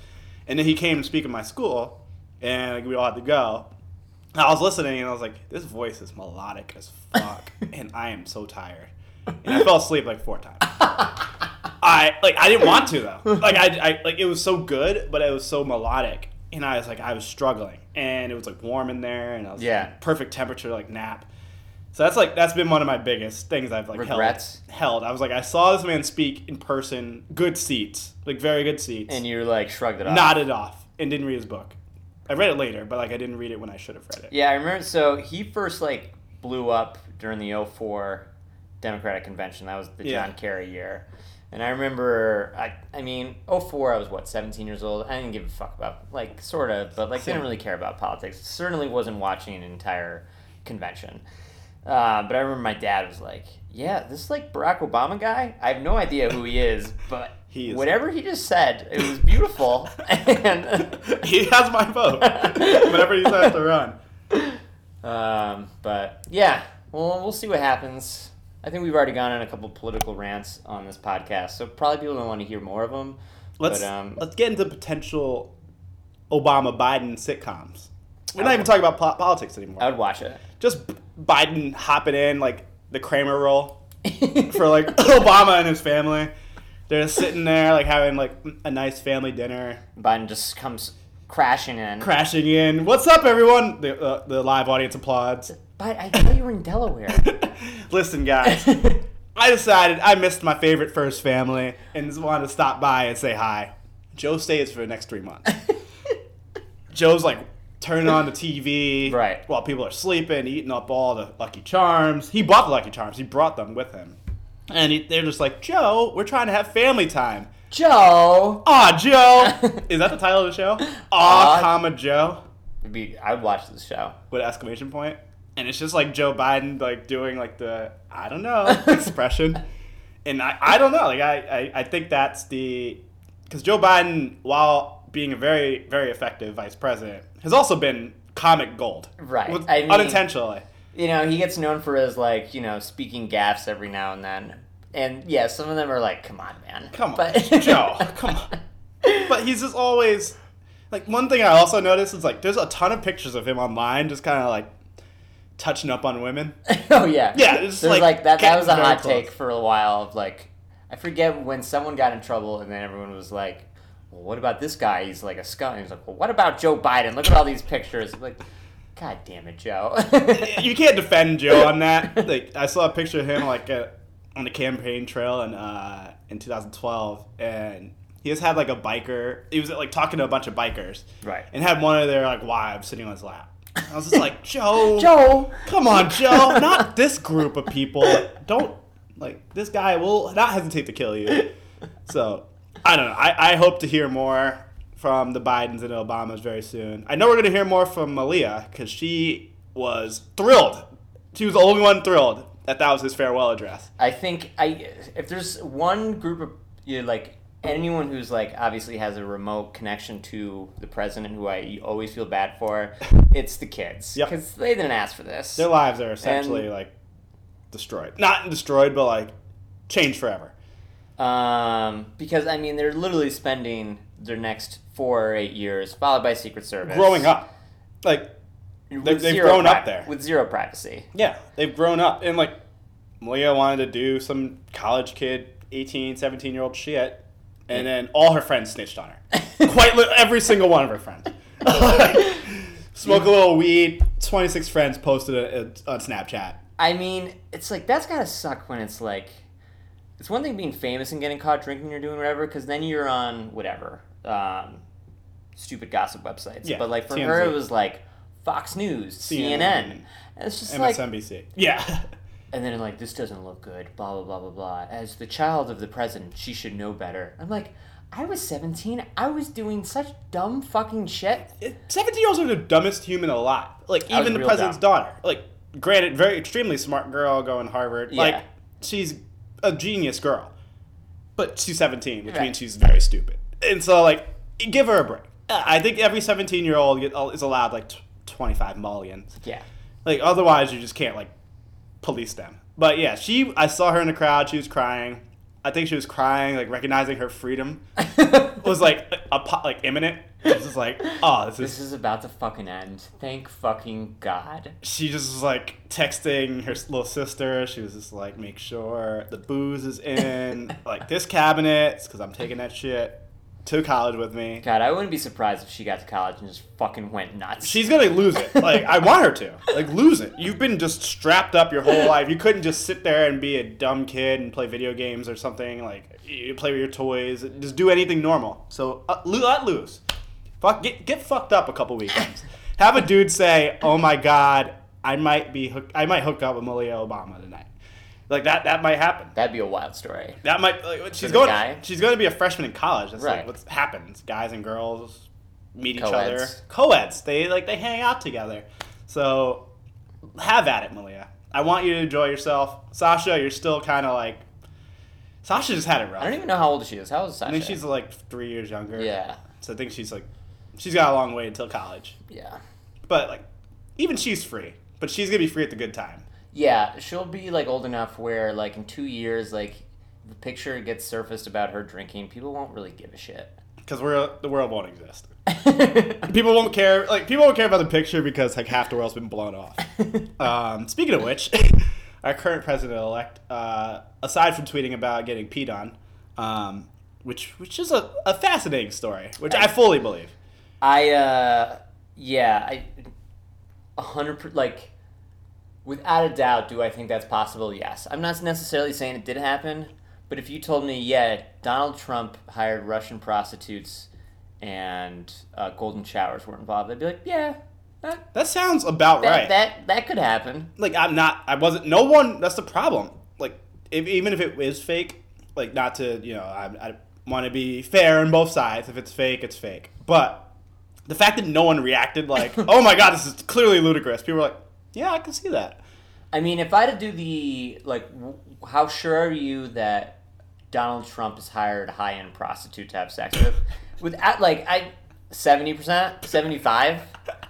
S2: And then he came to speak at my school, and like, we all had to go. And I was listening, and I was like, this voice is melodic as fuck, and I am so tired. And I fell asleep like four times. I like I didn't want to though. Like I, I like it was so good, but it was so melodic, and I was like I was struggling, and it was like warm in there, and I was
S1: Yeah.
S2: like, perfect temperature like nap. So that's like that's been one of my biggest things I've like
S1: Regrets?
S2: held. Held. I was like I saw this man speak in person, good seats, like very good seats,
S1: And you're like shrugged it off.
S2: nodded off, and didn't read his book. I read it later, but like I didn't read it when I should have read it.
S1: Yeah, I remember. So he first like blew up during the 04 Democratic convention. That was the
S2: Yeah.
S1: John Kerry year. And I remember, I, I mean, 04, I was what, 17 years old? I didn't give a fuck about, like, sort of, but, like, didn't really care about politics. Certainly wasn't watching an entire convention. Uh, but I remember my dad was like, yeah, this, like, Barack Obama guy, I have no idea who he is, but
S2: He is-
S1: whatever he just said, it was beautiful. and
S2: he has my vote. Whenever he decides to run.
S1: Um, but yeah, well, we'll see what happens. I think we've already gone on a couple political rants on this podcast, so probably people don't want to hear more of them.
S2: Let's
S1: but, um,
S2: let's get into potential Obama Biden sitcoms. We're not even talking about po- politics anymore.
S1: I would watch it.
S2: Just B- Biden hopping in like the Kramer role for like Obama and his family. They're just sitting there like having like a nice family dinner,
S1: Biden just comes crashing in.
S2: crashing in. What's up, everyone? The uh, the live audience applauds.
S1: but I thought you were in Delaware.
S2: Listen, guys, I decided I missed my favorite first family and just wanted to stop by and say hi. Joe stays for the next three months. Joe's like turning on the TV
S1: Right.
S2: while people are sleeping, eating up all the Lucky Charms. He bought the Lucky Charms, he brought them with him. And he, they're just like, Joe, we're trying to have family time.
S1: Joe
S2: Aw, Joe! Is that the title of the show? Aw,
S1: Aw.
S2: comma, Joe?
S1: would be. I would watch this show.
S2: with an exclamation point. And it's just like Joe Biden like doing like the I don't know expression. And I, I don't know. Like I, I, I think that's the because Joe Biden, while being a very, very effective vice president, has also been comic gold.
S1: Right.
S2: With-
S1: I mean-
S2: unintentionally.
S1: You know, he gets known for his like, you know, speaking gaffes every now and then. And yeah, some of them are like, "Come on, man,
S2: Come on.
S1: But-
S2: Joe, come on. But he's just always like one thing I also noticed is like there's a ton of pictures of him online just kinda like touching up on women.
S1: oh yeah,
S2: Yeah, it's
S1: There's
S2: like
S1: like that. That
S2: getting
S1: was a
S2: very
S1: hot
S2: close.
S1: take for a while. Of like, I forget when someone got in trouble, and then everyone was like, "Well, what about this guy? He's like a scum." He's like, "Well, what about Joe Biden? Look at all these pictures." I'm like, God damn it, Joe.
S2: you can't defend Joe on that. Like I saw a picture of him like uh on the campaign trail in uh, in 2012, and he just had like a biker. He was like talking to a bunch of bikers,
S1: Right.
S2: And had one of their like wives sitting on his lap. I was just like, Joe,
S1: Joe.
S2: come on, Joe, not this group of people. Don't like this guy will not hesitate to kill you. So I don't know. I, I hope to hear more from the Bidens and Obamas very soon. I know we're going to hear more from Malia because she was thrilled. She was the only one thrilled that that was his farewell address.
S1: I think I if there's one group of you know, like anyone who's like obviously has a remote connection to the president who I always feel bad for, it's the kids
S2: Yep.
S1: because they didn't ask for this.
S2: Their lives are essentially
S1: And-
S2: like destroyed. Not destroyed, but like changed forever.
S1: Um, because I mean, they're literally spending their next four or eight years, followed by Secret Service,
S2: Growing up, like They've- they've grown up there.
S1: with zero privacy.
S2: Yeah, they've grown up. And like, Malia wanted to do some college kid, 18, 17 year old shit. And then all her friends snitched on her. Quite li- every single one of her friends. Smoke a little weed. 26 friends posted it on Snapchat.
S1: I mean, it's like that's gotta suck when it's like, it's one thing being famous and getting caught drinking or doing whatever, because then you're on whatever, um, stupid gossip websites.
S2: Yeah,
S1: but like for her,
S2: TMZ.
S1: it was like Fox News, CNN.
S2: CNN.
S1: And it's just like,
S2: MSNBC. yeah.
S1: and then like this doesn't look good. Blah blah blah blah blah. As the child of the president, she should know better. I'm like, I was 17. I was doing such dumb fucking shit.
S2: 17 year olds are the dumbest human alive. Like,
S1: I was
S2: even the
S1: real
S2: president's
S1: dumb.
S2: daughter. Like, granted, very extremely smart girl going to Harvard.
S1: Yeah.
S2: Like, she's a genius girl. But she's 17, which
S1: Right.
S2: means she's very stupid. And so, like, give her a break. I think every 17 year old is allowed, like, tw 25 mullions.
S1: Yeah.
S2: Like, otherwise, you just can't, like, police them. But yeah, she, I saw her in the crowd. She was crying. I think she was crying, like, recognizing her freedom was, like, a, po- like imminent. It was just like, oh, this is
S1: This is about to fucking end. Thank fucking God.
S2: she just was like texting her s- little sister. She was just like, make sure the booze is in like this cabinet because I'm taking that shit to college with me.
S1: God, I wouldn't be surprised if she got to college and just fucking went nuts.
S2: She's gonna lose it. Like I want her to. Like lose it. You've been just strapped up your whole life. You couldn't just sit there and be a dumb kid and play video games or something. Like you play with your toys. Just do anything normal. So uh, lo- let loose. Fuck. Get get fucked up a couple weekends. Have a dude say, "Oh my god, I might be hook- I might hook up with Malia Obama tonight." Like that that might happen.
S1: That'd be a wild story.
S2: That might like, she's
S1: the
S2: going
S1: guy?
S2: she's going to be a freshman in college. That's
S1: Right.
S2: like what happens. Guys and girls meet each other.
S1: Co-eds.
S2: Coeds. They like they hang out together. So have at it, Malia. I want you to enjoy yourself. Sasha, you're still kind of like Sasha just had it rough.
S1: I don't even know how old she is. How old is Sasha?
S2: I think she's like 3 years younger.
S1: yeah,
S2: So I think she's like she's got a long way until college.
S1: yeah,
S2: But like even she's free, but she's going to be free at the good time.
S1: yeah. She'll be like old enough where like in two years, like the picture gets surfaced about her drinking, people won't really give a shit.
S2: Because we're the world won't exist. people won't care. Like people won't care about the picture because like half the world's been blown off. um, speaking of which, our current president elect, uh, aside from tweeting about getting peed on, um, which which is a, a fascinating story, which I fully believe.
S1: I uh yeah, I a hundred per, like without a doubt do I think that's possible? Yes. I'm not necessarily saying it did happen, but if you told me, yeah, Donald Trump hired Russian prostitutes and uh, golden showers were involved, I'd be like, yeah, that
S2: That sounds about
S1: that,
S2: right.
S1: that that could happen.
S2: like I'm not I wasn't no one that's the problem like if, even if it is fake like not to you know I, I want to be fair on both sides if it's fake it's fake but the fact that no one reacted like oh my god this is clearly ludicrous people were like yeah I can see that
S1: I mean, if I had to do the like, w- how sure are you that Donald Trump has hired a high end prostitute to have sex with? Without like, I seventy percent, seventy five.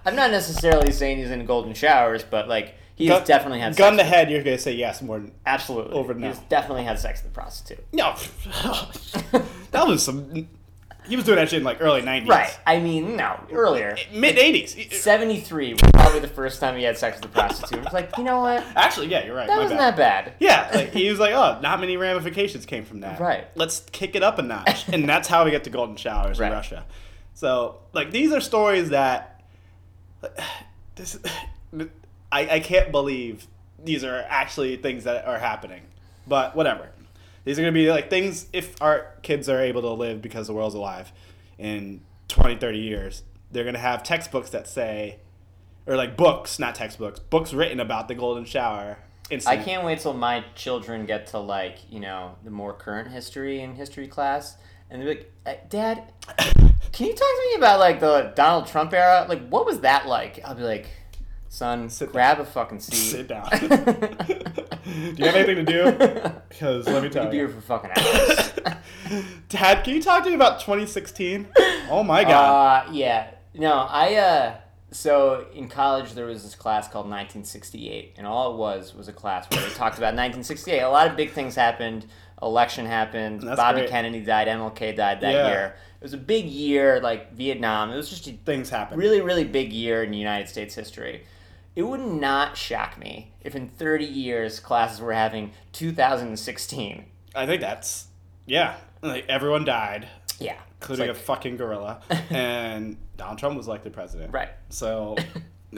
S1: I'm not necessarily saying he's in golden showers, but like he's
S2: Gun-
S1: definitely had
S2: gun to
S1: sex.
S2: head you're gonna say yes more than
S1: with, absolutely,
S2: over
S1: he's
S2: now.
S1: definitely had sex with a prostitute.
S2: no that was some he was doing that shit in like early 90s
S1: Right. I mean, no, earlier.
S2: mid 80s
S1: Seventy three was probably the first time he had sex with a prostitute. It was like, you know what?
S2: actually yeah you're right
S1: That
S2: my
S1: wasn't
S2: bad.
S1: that bad.
S2: Yeah, like he was like, oh, not many ramifications came from that.
S1: Right.
S2: Let's kick it up a notch, and that's how we get to golden showers
S1: Right.
S2: in Russia. So, like, these are stories that this I, I can't believe these are actually things that are happening. But whatever, these are gonna be like things if our kids are able to live because the world's alive in 20, 30 years, they're gonna have textbooks that say. Or like books, not textbooks, books written about the golden shower.
S1: I
S2: incident.
S1: can't wait till my children get to like you know the more current history in history class, and they're like, "Uh, "Dad, can you talk to me about like the Donald Trump era? Like, what was that like?" I'll be like, "Son, grab a fucking seat.
S2: Sit down. do you have anything to do? Because let me
S1: You'd
S2: tell
S1: be here
S2: you.
S1: for fucking hours."
S2: Dad, can you talk to me about 2016? Oh my god.
S1: uh, yeah. No, I uh, so in college there was this class called 1968, and all it was was a class where they talked about 1968. A lot of big things happened. election happened.
S2: That's
S1: Bobby
S2: great.
S1: Kennedy died. MLK died that
S2: Yeah.
S1: year. It was a big year, like Vietnam. It was just a
S2: Things happen.
S1: really, really big year in United States history. It would not shock me if in 30 years classes were having 2016.
S2: I think that's yeah. Like everyone died,
S1: Yeah. It's
S2: including
S1: like-
S2: a fucking gorilla, and Donald Trump was elected president.
S1: Right.
S2: So,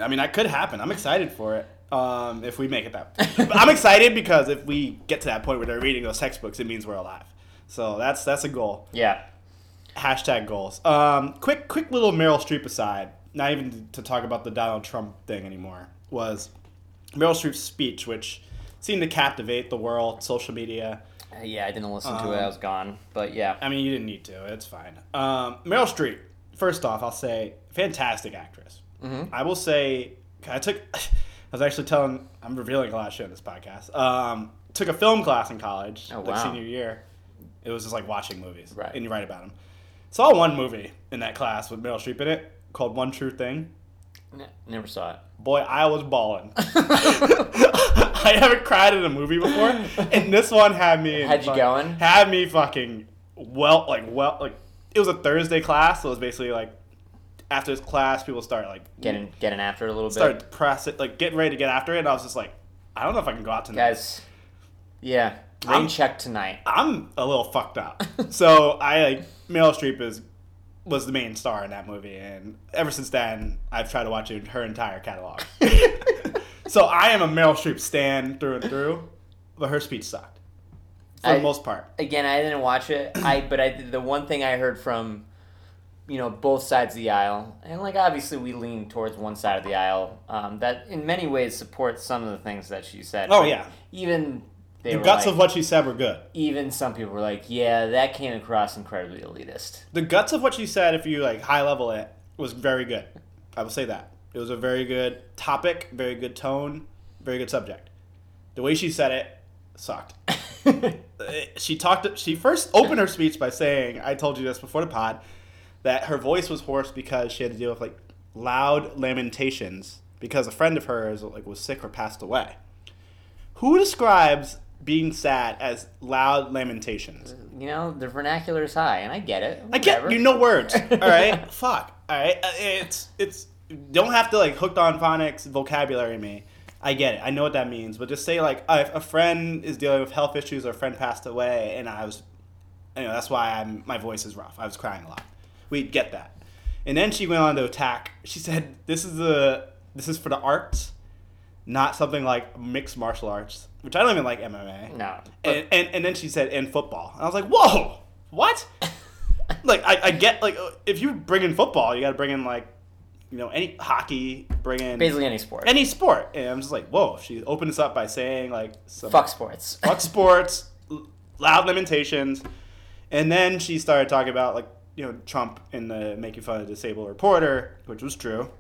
S2: I mean, that could happen. I'm excited for it. Um, if we make it that, but I'm excited because if we get to that point where they're reading those textbooks, it means we're alive. So that's that's a goal.
S1: yeah.
S2: Hashtag goals. Um, quick, quick little Meryl Streep aside. Not even to talk about the Donald Trump thing anymore. Was Meryl Streep's speech, which seemed to captivate the world, social media.
S1: Uh, Yeah, I didn't listen to it.
S2: Um,
S1: I was gone. But yeah.
S2: I mean, you didn't need to. It's fine. Um, Meryl Streep. First off, I'll say fantastic actress.
S1: Mm-hmm.
S2: I will say I took. I was actually telling. I'm revealing a lot of shit in this podcast. Um, took a film class in college,
S1: Oh,
S2: like
S1: wow.
S2: senior year. It was just like watching movies,
S1: Right.
S2: And you write about them. Saw one movie in that class with Meryl Streep in it called One True Thing.
S1: N- never saw it.
S2: Boy, I was bawling. I haven't cried in a movie before, and this one had me. in
S1: Had you
S2: fuck-
S1: going?
S2: Had me fucking well, like well, like it was a Thursday class, so it was basically like after this class, people start like
S1: Getting, getting after it a little bit.
S2: start press it, like getting ready to get after it, and I was just like, I don't know if I can go out tonight.
S1: Guys, yeah. Rain
S2: I'm-
S1: check tonight.
S2: I'm a little fucked up. so I like Meryl Streep is was the main star in that movie, and ever since then I've tried to watch her entire catalog. so I am a Meryl Streep stan through and through, but her speech sucked for
S1: I-
S2: the most part.
S1: again i didn't watch it i but i the one thing i heard from you know both sides of the aisle and like obviously we lean towards one side of the aisle um, that in many ways supports some of the things that she said
S2: Oh
S1: But
S2: yeah,
S1: even they
S2: the
S1: were
S2: guts
S1: like-
S2: of what she said were good.
S1: even some people were like yeah that came across incredibly elitist
S2: The guts of what she said, if you like high level it, was very good. I will say that it was a very good topic, very good tone, very good subject. The way she said it sucked. she talked she first opened her speech by saying i told you this before the pod that her voice was hoarse because she had to deal with like loud lamentations because a friend of hers like was sick or passed away who describes being sad as loud lamentations
S1: you know the vernacular is high and i get it
S2: i get
S1: whatever.
S2: you know words all right fuck all right Uh, it's it's don't have to like hooked on phonics vocabulary me I get it. I know what that means, but just say like uh, if a friend is dealing with health issues or a friend passed away, and I was you know, that's why I'm, my voice is rough. I was crying a lot. We get that. And then she went on to attack. She said, "This is the this is for the arts, not something like mixed martial arts, which I don't even like MMA."
S1: No, but-
S2: And, and and then she said, "And football." And I was like, "Whoa, what?" like I, I get like uh, if you bring in football, you got to bring in like you know any hockey, bring in
S1: basically any sport
S2: any sport. And I'm just like, "Whoa." She opened this up by saying like some
S1: fuck sports
S2: fuck sports, l- loud lamentations, and then she started talking about like you know Trump and the making fun of disabled reporter, which was true,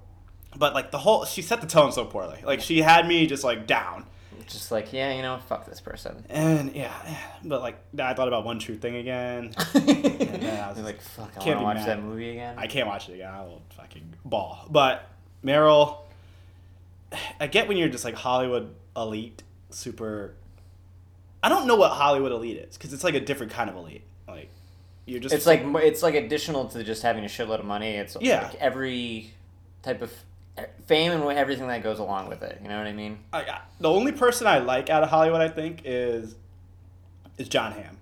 S2: but like the whole she set the tone so poorly. Like she had me just like down,
S1: just like yeah you know fuck this person
S2: and yeah, but like I thought about one true thing again. I was
S1: You're like
S2: just-
S1: fuck i
S2: can't
S1: want
S2: be
S1: to watch
S2: mad.
S1: that movie again
S2: I can't watch it again. I will fucking ball. But Meryl, I get when you're just like Hollywood elite, super. I don't know what Hollywood elite is because it's like a different kind of elite. Like you're just
S1: It's like mo- it's like additional to just having a shitload of money. It's
S2: Yeah.
S1: like every type of e, fame and what- everything that goes along with it. You know what I mean?
S2: I, I- the only person I like out of Hollywood. I think is is John Hamm.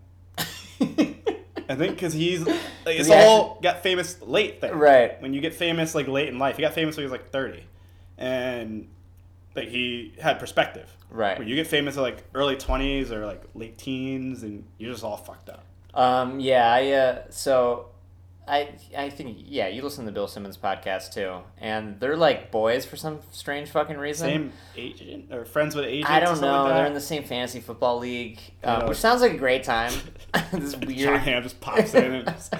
S2: I think because he's like, it's
S1: he
S2: all got famous late thing.
S1: Right.
S2: When you get famous like late in life, he got famous when he was like thirty, and like he had perspective.
S1: Right.
S2: When you get famous at like early twenties or like late teens, and you're just all fucked up.
S1: Um, yeah. I uh, so I I think yeah. You listen to Bill Simmons podcast too, and they're like boys for some strange fucking reason.
S2: Same agent or friends with agents.
S1: I
S2: or
S1: don't
S2: something
S1: know.
S2: Like
S1: they're
S2: that.
S1: in the same fantasy football league,
S2: I
S1: um,
S2: know.
S1: which sounds like a great time. this
S2: John
S1: weird
S2: Hamm just pops in and just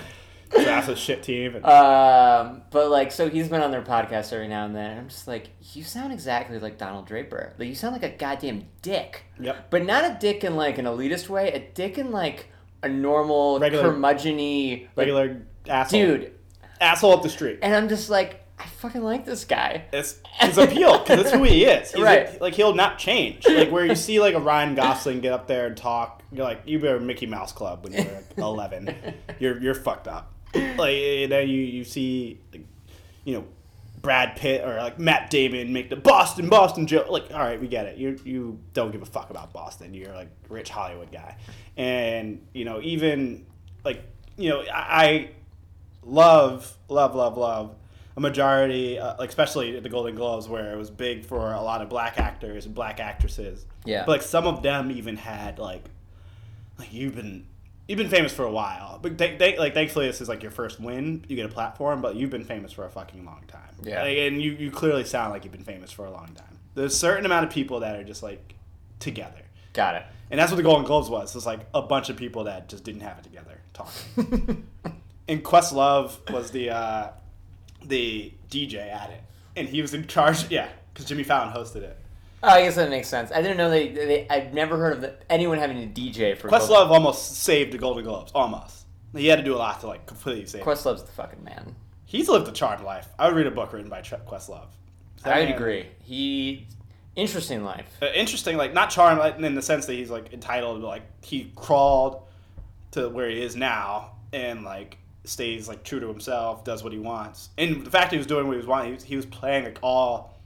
S2: drafts a shit team. And,
S1: Um, but like, so he's been on their podcast every now and then. And I'm just like, you sound exactly like Donald Draper. Like, you sound like a goddamn dick.
S2: Yep.
S1: But not a dick in like an elitist way. A dick in like a normal,
S2: Regular-
S1: curmudgeon-y like,
S2: regular asshole.
S1: dude.
S2: asshole up the street.
S1: And I'm just like, I fucking like this guy.
S2: It's his appeal because that's who he is. He's a-
S1: Right.
S2: like he'll not change. Like where you see like a Ryan Gosling get up there and talk, you're like you were Mickey Mouse Club when you were like, eleven. You're you're fucked up. Like you know you you see like, you know Brad Pitt or like Matt Damon make the Boston Boston joke. Like all right, we get it. You you don't give a fuck about Boston. You're like rich Hollywood guy, and you know even like you know I. I love, love, love, love a majority, uh, like especially at the Golden Globes, where it was big for a lot of black actors and black actresses.
S1: Yeah.
S2: But like some of them even had like, like you've been you've been famous for a while, but they, they, like thankfully this is like your first win. You get a platform, but you've been famous for a fucking long time.
S1: Yeah.
S2: Like, and you you clearly sound like you've been famous for a long time. There's a certain amount of people that are just like together.
S1: Got it.
S2: And that's what the Golden Globes was. It's like a bunch of people that just didn't have it together talking. and Questlove was the uh, the DJ at it, and he was in charge. Yeah, because Jimmy Fallon hosted it.
S1: Oh, I guess that makes sense. I didn't know they. they I've never heard of the, anyone having a DJ for
S2: Questlove almost saved the Golden Globes. Almost. He had to do a lot to like completely save. it.
S1: Questlove's the fucking man.
S2: He's lived a charmed life. I would read a book written by Tre- Questlove.
S1: I would
S2: Man-
S1: agree. He interesting life.
S2: Uh, interesting, like not charmed like, in the sense that he's like entitled, but like he crawled to where he is now and like stays like true to himself, does what he wants. And the fact that he was doing what he was wanting, he was, he was playing like all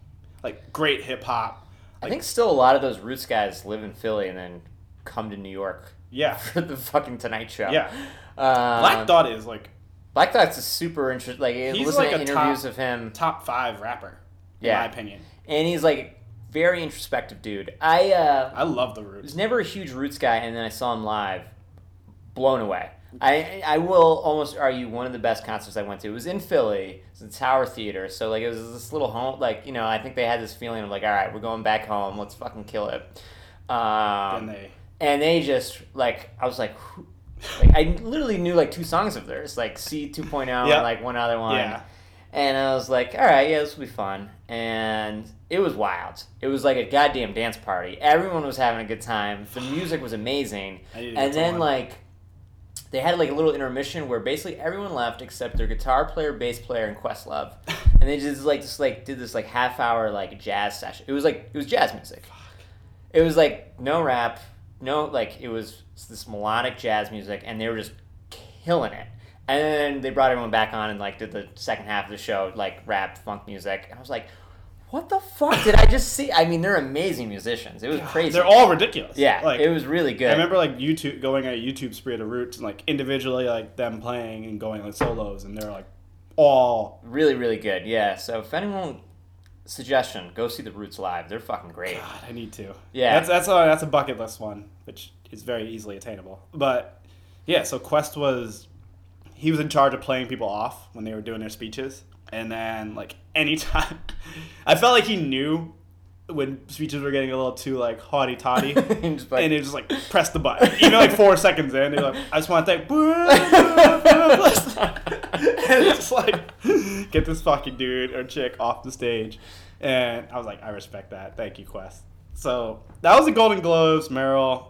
S2: like great hip hop.
S1: I
S2: Like-
S1: think still a lot of those roots guys live in Philly and then come to New York
S2: Yeah,
S1: for the fucking Tonight Show.
S2: yeah.
S1: Uh,
S2: Black Thought is like
S1: Black Thought's a super interesting. Like
S2: He's
S1: listen
S2: like
S1: to
S2: a
S1: interviews
S2: top-
S1: of him,
S2: top five rapper, in
S1: Yeah.
S2: my opinion.
S1: and he's like very introspective dude. I uh,
S2: I love the
S1: was
S2: Roots.
S1: never a huge Roots guy, and then I saw him live, blown away. I I will almost argue one of the best concerts I went to. It was in Philly, it was the Tower Theater, so like it was this little home. Like you know, I think they had this feeling of like, all right, we're going back home. Let's fucking kill it. Um,
S2: And they
S1: and they just like I was like, who- like I literally knew like two songs of theirs, like C 2.0
S2: Yeah.
S1: and like one other one.
S2: Yeah.
S1: And I was like, all right, yeah, this will be fun. And it was wild. It was like a goddamn dance party. Everyone was having a good time. The music was amazing.
S2: I need to
S1: And
S2: get
S1: then
S2: someone.
S1: like they had like a little intermission where basically everyone left except their guitar player, bass player, and Questlove. And they just like just like did this like half hour like jazz session. It was like it was jazz music. It was like no rap, no like it was this melodic jazz music, and they were just killing it. And then they brought everyone back on and like did the second half of the show like rap funk music, and I was like, what the fuck did I just see? I mean, they're amazing musicians. It was crazy.
S2: they're all ridiculous.
S1: yeah,
S2: like
S1: it was really good.
S2: I remember like YouTube going on a YouTube spree of the Roots and like individually like them playing and going like solos and they're like all
S1: really really good. Yeah. So if anyone suggestion, go see the Roots live. They're fucking great.
S2: God, I need to.
S1: Yeah.
S2: that's that's a that's a bucket list one, which is very easily attainable. But yeah, so Quest was he was in charge of playing people off when they were doing their speeches, and then like anytime, I felt like he knew when speeches were getting a little too like haughty toddy.
S1: And just like-
S2: and it was like press the button. Even like four seconds in, they're like, I just want to thank. and it's just like, get this fucking dude or chick off the stage. And I was like, I respect that. Thank you, Quest. So that was the Golden Globes, Meryl.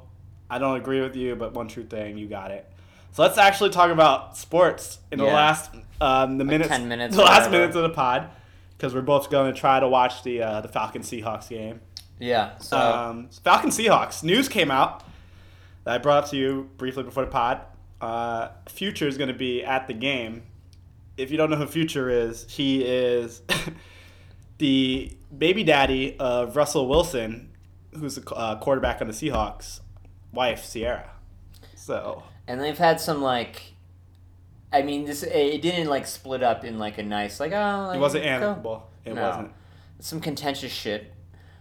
S2: I don't agree with you, but one true thing, you got it. So let's actually talk about sports in the
S1: Yeah.
S2: last um, the minutes,
S1: 10 minutes
S2: the
S1: or
S2: last
S1: whatever.
S2: minutes of the pod, because we're both going to try to watch the uh, the Falcon Seahawks game.
S1: yeah. So
S2: Um, Falcon Seahawks news came out that I brought up to you briefly before the pod. Uh, Future is going to be at the game. If you don't know who Future is, he is the baby daddy of Russell Wilson, who's the uh, quarterback on the Seahawks, wife Sierra. So
S1: and they've had some like i mean this it didn't like split up in like a nice like oh like,
S2: it wasn't
S1: go-
S2: amicable. It
S1: No.
S2: wasn't.
S1: some contentious shit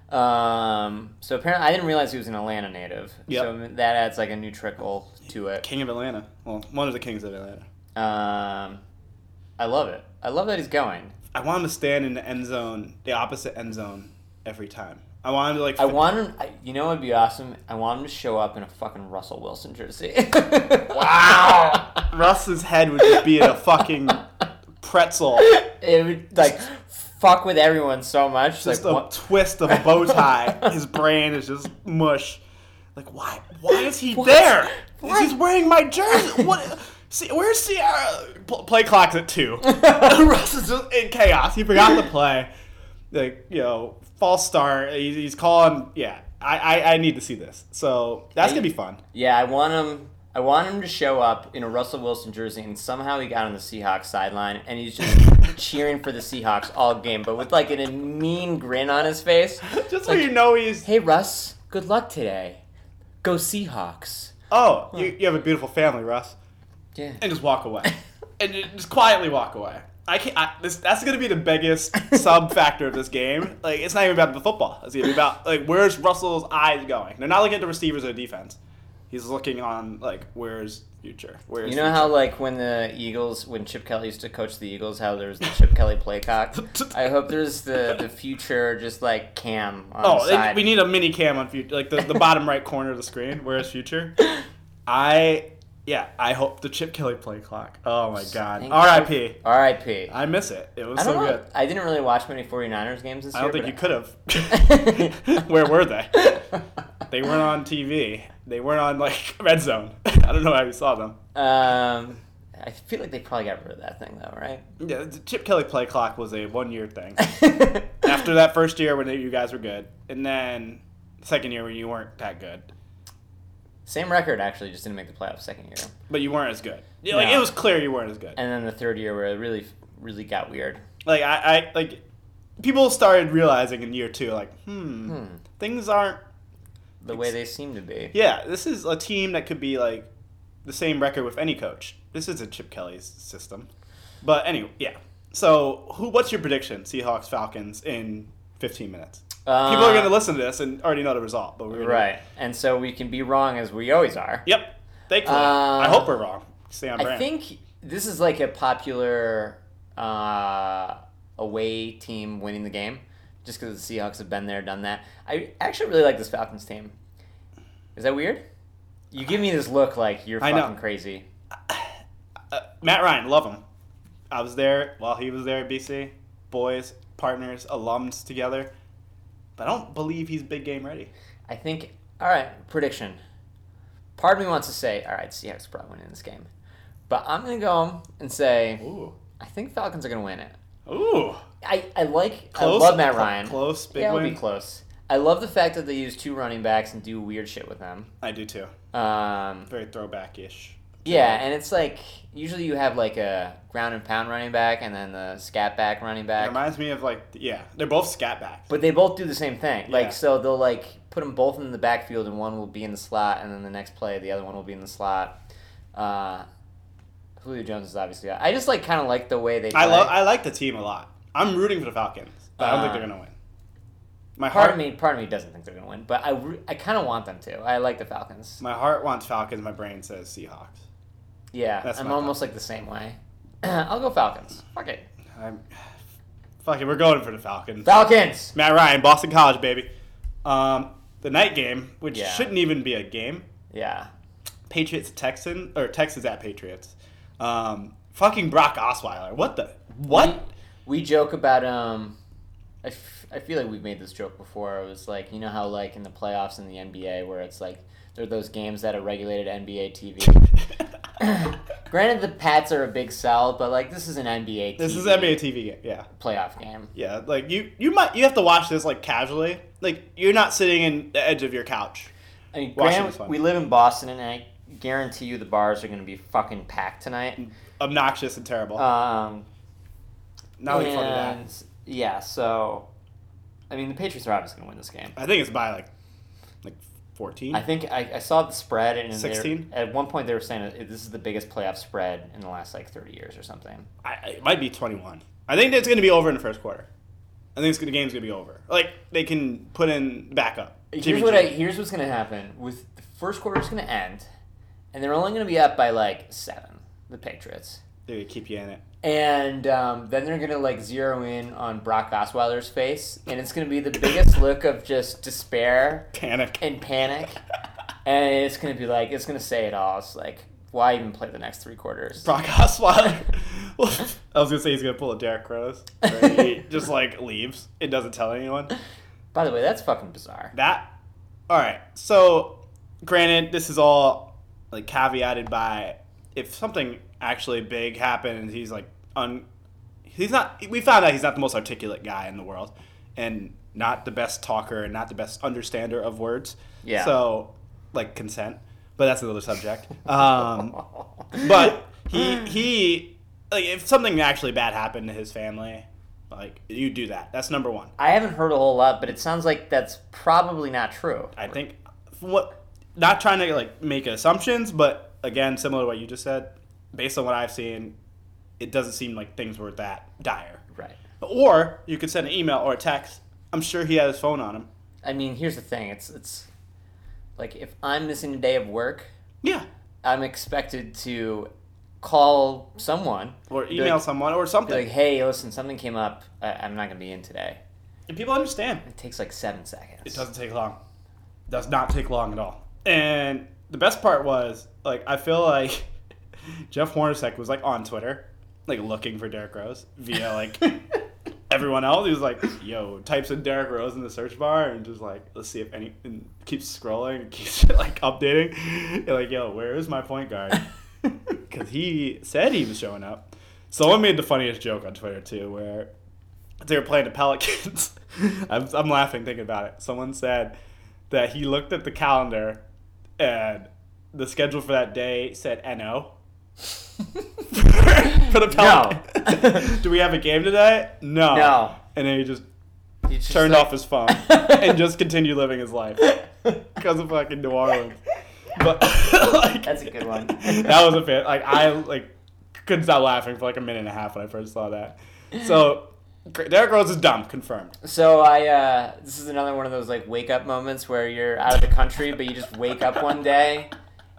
S1: um so apparently i didn't realize he was an atlanta native
S2: Yep.
S1: so that adds like a new trickle to it
S2: King of Atlanta. Well, one of the kings of Atlanta.
S1: um i love it i love that he's going
S2: I want him to stand in the end zone, the opposite end zone, every time. I want him to like.
S1: i want him I, you know it'd be awesome i want him to show up in a fucking russell wilson jersey
S2: Wow. Russ's head would just be in a fucking pretzel.
S1: it would like fuck with everyone so much like
S2: Just a
S1: what
S2: twist of a bow tie. His brain is just mush. Like why why is he
S1: What?
S2: there?
S1: What?
S2: He's wearing my jersey. What See, where's Sierra? P- play clock's at two. Russ is just in chaos. He forgot the play. Like you know, false start. He's, he's calling. Yeah, I, I I need to see this. So that's
S1: Hey.
S2: gonna be fun.
S1: Yeah, I want him. I want him to show up in a Russell Wilson jersey, and somehow he got on the Seahawks sideline, and he's just cheering for the Seahawks all game, but with like a mean grin on his face.
S2: Just so you know, he's
S1: Hey Russ, good luck today. Go Seahawks.
S2: oh, you, you have a beautiful family, Russ,
S1: Yeah.
S2: and just walk away, and ju- just quietly walk away. I can't. I, this, that's gonna be the biggest sub factor of this game. Like, it's not even about the football. It's gonna be about like where's Russell's eyes going. They're not looking at the receivers or the defense. He's looking on like where's future. Where's
S1: You know how like when the Eagles, when Chip Kelly used to coach the Eagles, how there was the Chip Kelly playcock. I hope there's the the future, just like Cam on
S2: Oh,
S1: the
S2: it-
S1: side.
S2: we need a mini cam on future, like the, the bottom right corner of the screen. Where's future? I yeah, I hope the Chip Kelly play clock. Oh my god,
S1: Thank
S2: R.I.P.
S1: R.I.P.
S2: I miss it. It was
S1: I
S2: so
S1: don't know.
S2: good.
S1: I didn't really watch many 49ers games this
S2: I
S1: year.
S2: don't think you
S1: but
S2: could have.
S1: could.
S2: Where were they? They weren't on TV. They weren't on like Red Zone. I don't know how you saw them.
S1: Um, I feel like they probably got rid of that thing though, right?
S2: Yeah, the Chip Kelly play clock was a one year thing. After that first year when you guys were good, and then second year when you weren't that good.
S1: Same record actually, just didn't make the playoffs second year,
S2: But you weren't as good. Yeah, Like
S1: No.
S2: it was clear you weren't as good.
S1: and then the third year where it really, really got weird.
S2: like I, I like people started realizing in year two like hmm,
S1: Hmm.
S2: things aren't
S1: The way they seem to be.
S2: yeah this is a team that could be like the same record with any coach this isn't chip kelly's system but anyway yeah so who what's your prediction seahawks falcons in 15 minutes people are
S1: Uh,
S2: going to listen to this and already know the result but we're gonna,
S1: Right, and so we can be wrong as we always are.
S2: yep thankfully
S1: Uh,
S2: i hope we're wrong stay on brand
S1: I think this is like a popular uh, away team winning the game, just because the Seahawks have been there, done that. I actually really like this Falcons team. Is that weird? You give me this look like you're
S2: I know.
S1: fucking crazy.
S2: uh, Matt Ryan, love him. I was there while he was there at BC. Boys, partners, alums together. But I don't believe he's big game ready.
S1: I think. All right, prediction. Part of me wants to say, all right, Seahawks probably winning this game, but I'm gonna go and say
S2: Ooh.
S1: I think Falcons are gonna win it.
S2: Ooh.
S1: I, I like
S2: Close.
S1: I love Matt
S2: cl-
S1: Ryan.
S2: Close, big
S1: yeah, it'll
S2: win.
S1: be close. I love the fact that they use two running backs and do weird shit with them.
S2: I do too.
S1: Um,
S2: Very throwback ish.
S1: yeah, and it's like usually you have like a ground and pound running back and then the scat back running back,
S2: Reminds me of like, yeah, they're both scat backs.
S1: but they both do the same thing.
S2: Yeah.
S1: Like so they'll like put them both in the backfield and one will be in the slot and then the next play the other one will be in the slot. Uh, Julio Jones is obviously. out. I just like kind of like the way they. Play.
S2: I love. I like the team a lot. I'm rooting for the Falcons, but I don't think
S1: Uh,
S2: they're gonna win. My
S1: Part of
S2: heart,
S1: me, part of me doesn't think they're gonna win, but I, re- I kind of want them to. I like the Falcons.
S2: my heart wants Falcons. My brain says Seahawks.
S1: Yeah,
S2: That's
S1: I'm
S2: my
S1: almost like the same way. I'll go Falcons. Fuck it.
S2: I'm, fuck it, we're going for the Falcons.
S1: Falcons!
S2: Matt Ryan, Boston College, baby. Um, the night game, which
S1: Yeah.
S2: shouldn't even be a game.
S1: Yeah.
S2: Patriots at Texan or Texas at Patriots. Um, fucking Brock Osweiler. What the what?
S1: We joke about, um, I, f- I feel like we've made this joke before. It was like, you know how, like, in the playoffs in the NBA where it's like, there are those games that are regulated NBA TV. Granted, the Pats are a big sell, but, like, this is an NBA
S2: this is
S1: TV
S2: NBA TV game. Yeah,
S1: playoff game.
S2: yeah. Like you, you might you have to watch this like casually. Like you're not sitting in the edge of your couch.
S1: I mean,
S2: Washington's
S1: granted,
S2: fun.
S1: we live in Boston, and I guarantee you the bars are going to be fucking packed tonight.
S2: Obnoxious and terrible.
S1: Um,
S2: not looking forward to that.
S1: And, Yeah, so I mean the Patriots are obviously gonna win this game.
S2: I think it's by like like fourteen.
S1: I think I, I saw the spread and they were-
S2: 16?
S1: at one point they were saying that this is the biggest playoff spread in the last like thirty years or something.
S2: I, I- it might be 21. I think it's going to be over in the first quarter. I think it's, gonna- the game's going to be over. Like, they can put in backup.
S1: Here's what I here's what's gonna happen with the first quarter is gonna end, and they're only gonna be up by like seven. The Patriots.
S2: They keep you in it.
S1: And um, then they're gonna like zero in on Brock Osweiler's face, and it's gonna be the biggest look of just despair
S2: Panic.
S1: and panic, and it's gonna be like it's gonna say it all. It's like why even play the next three quarters?
S2: Brock Osweiler. Well, I was going to say he's going to pull a Derek Rose. where He just, like, leaves. It doesn't tell anyone.
S1: By the way, that's fucking bizarre.
S2: That. All right. So, granted, this is all, like, caveated by if something actually big happened, he's like un. He's not. We found out he's not the most articulate guy in the world, and not the best talker, and not the best understander of words.
S1: Yeah.
S2: So, like consent, but that's another subject. Um, but he he like if something actually bad happened to his family, like you do that. That's number one.
S1: I haven't heard a whole lot, but it sounds like that's probably not true.
S2: I think from what not trying to like make assumptions, but again, similar to what you just said, based on what I've seen, it doesn't seem like things were that dire.
S1: Right.
S2: Or you could send an email or a text. I'm sure he had his phone on him.
S1: I mean, here's the thing. It's it's like if I'm missing a day of work,
S2: Yeah.
S1: I'm expected to call someone
S2: Or
S1: be
S2: email
S1: like,
S2: someone or
S1: be
S2: something.
S1: like, "Hey, listen, something came up. I, I'm not gonna be in today."
S2: and people understand.
S1: It takes like seven seconds.
S2: It doesn't take long. Does not take long at all. And the best part was, like, I feel like Jeff Hornacek was like on Twitter, like looking for Derrick Rose via like everyone else. He was like, "Yo," types in Derrick Rose in the search bar and just like, let's see if any. And keeps scrolling, and keeps like updating. And, like, yo, where is my point guard? Because he said he was showing up. Someone made the funniest joke on Twitter too, where they were playing the Pelicans. I'm, I'm laughing thinking about it. Someone said that he looked at the calendar and the schedule for that day said NO. for the Pelicans. Do we have a game today? No.
S1: No.
S2: And then he just
S1: You just,
S2: turned
S1: like-
S2: off his phone and just continued living his life because of fucking New Orleans. But like,
S1: That's a good one.
S2: that was a fan. Like I like couldn't stop laughing for like a minute and a half when I first saw that. So Derrick Rose is dumb, confirmed.
S1: So I uh, this is another one of those like wake up moments where you're out of the country, but you just wake up one day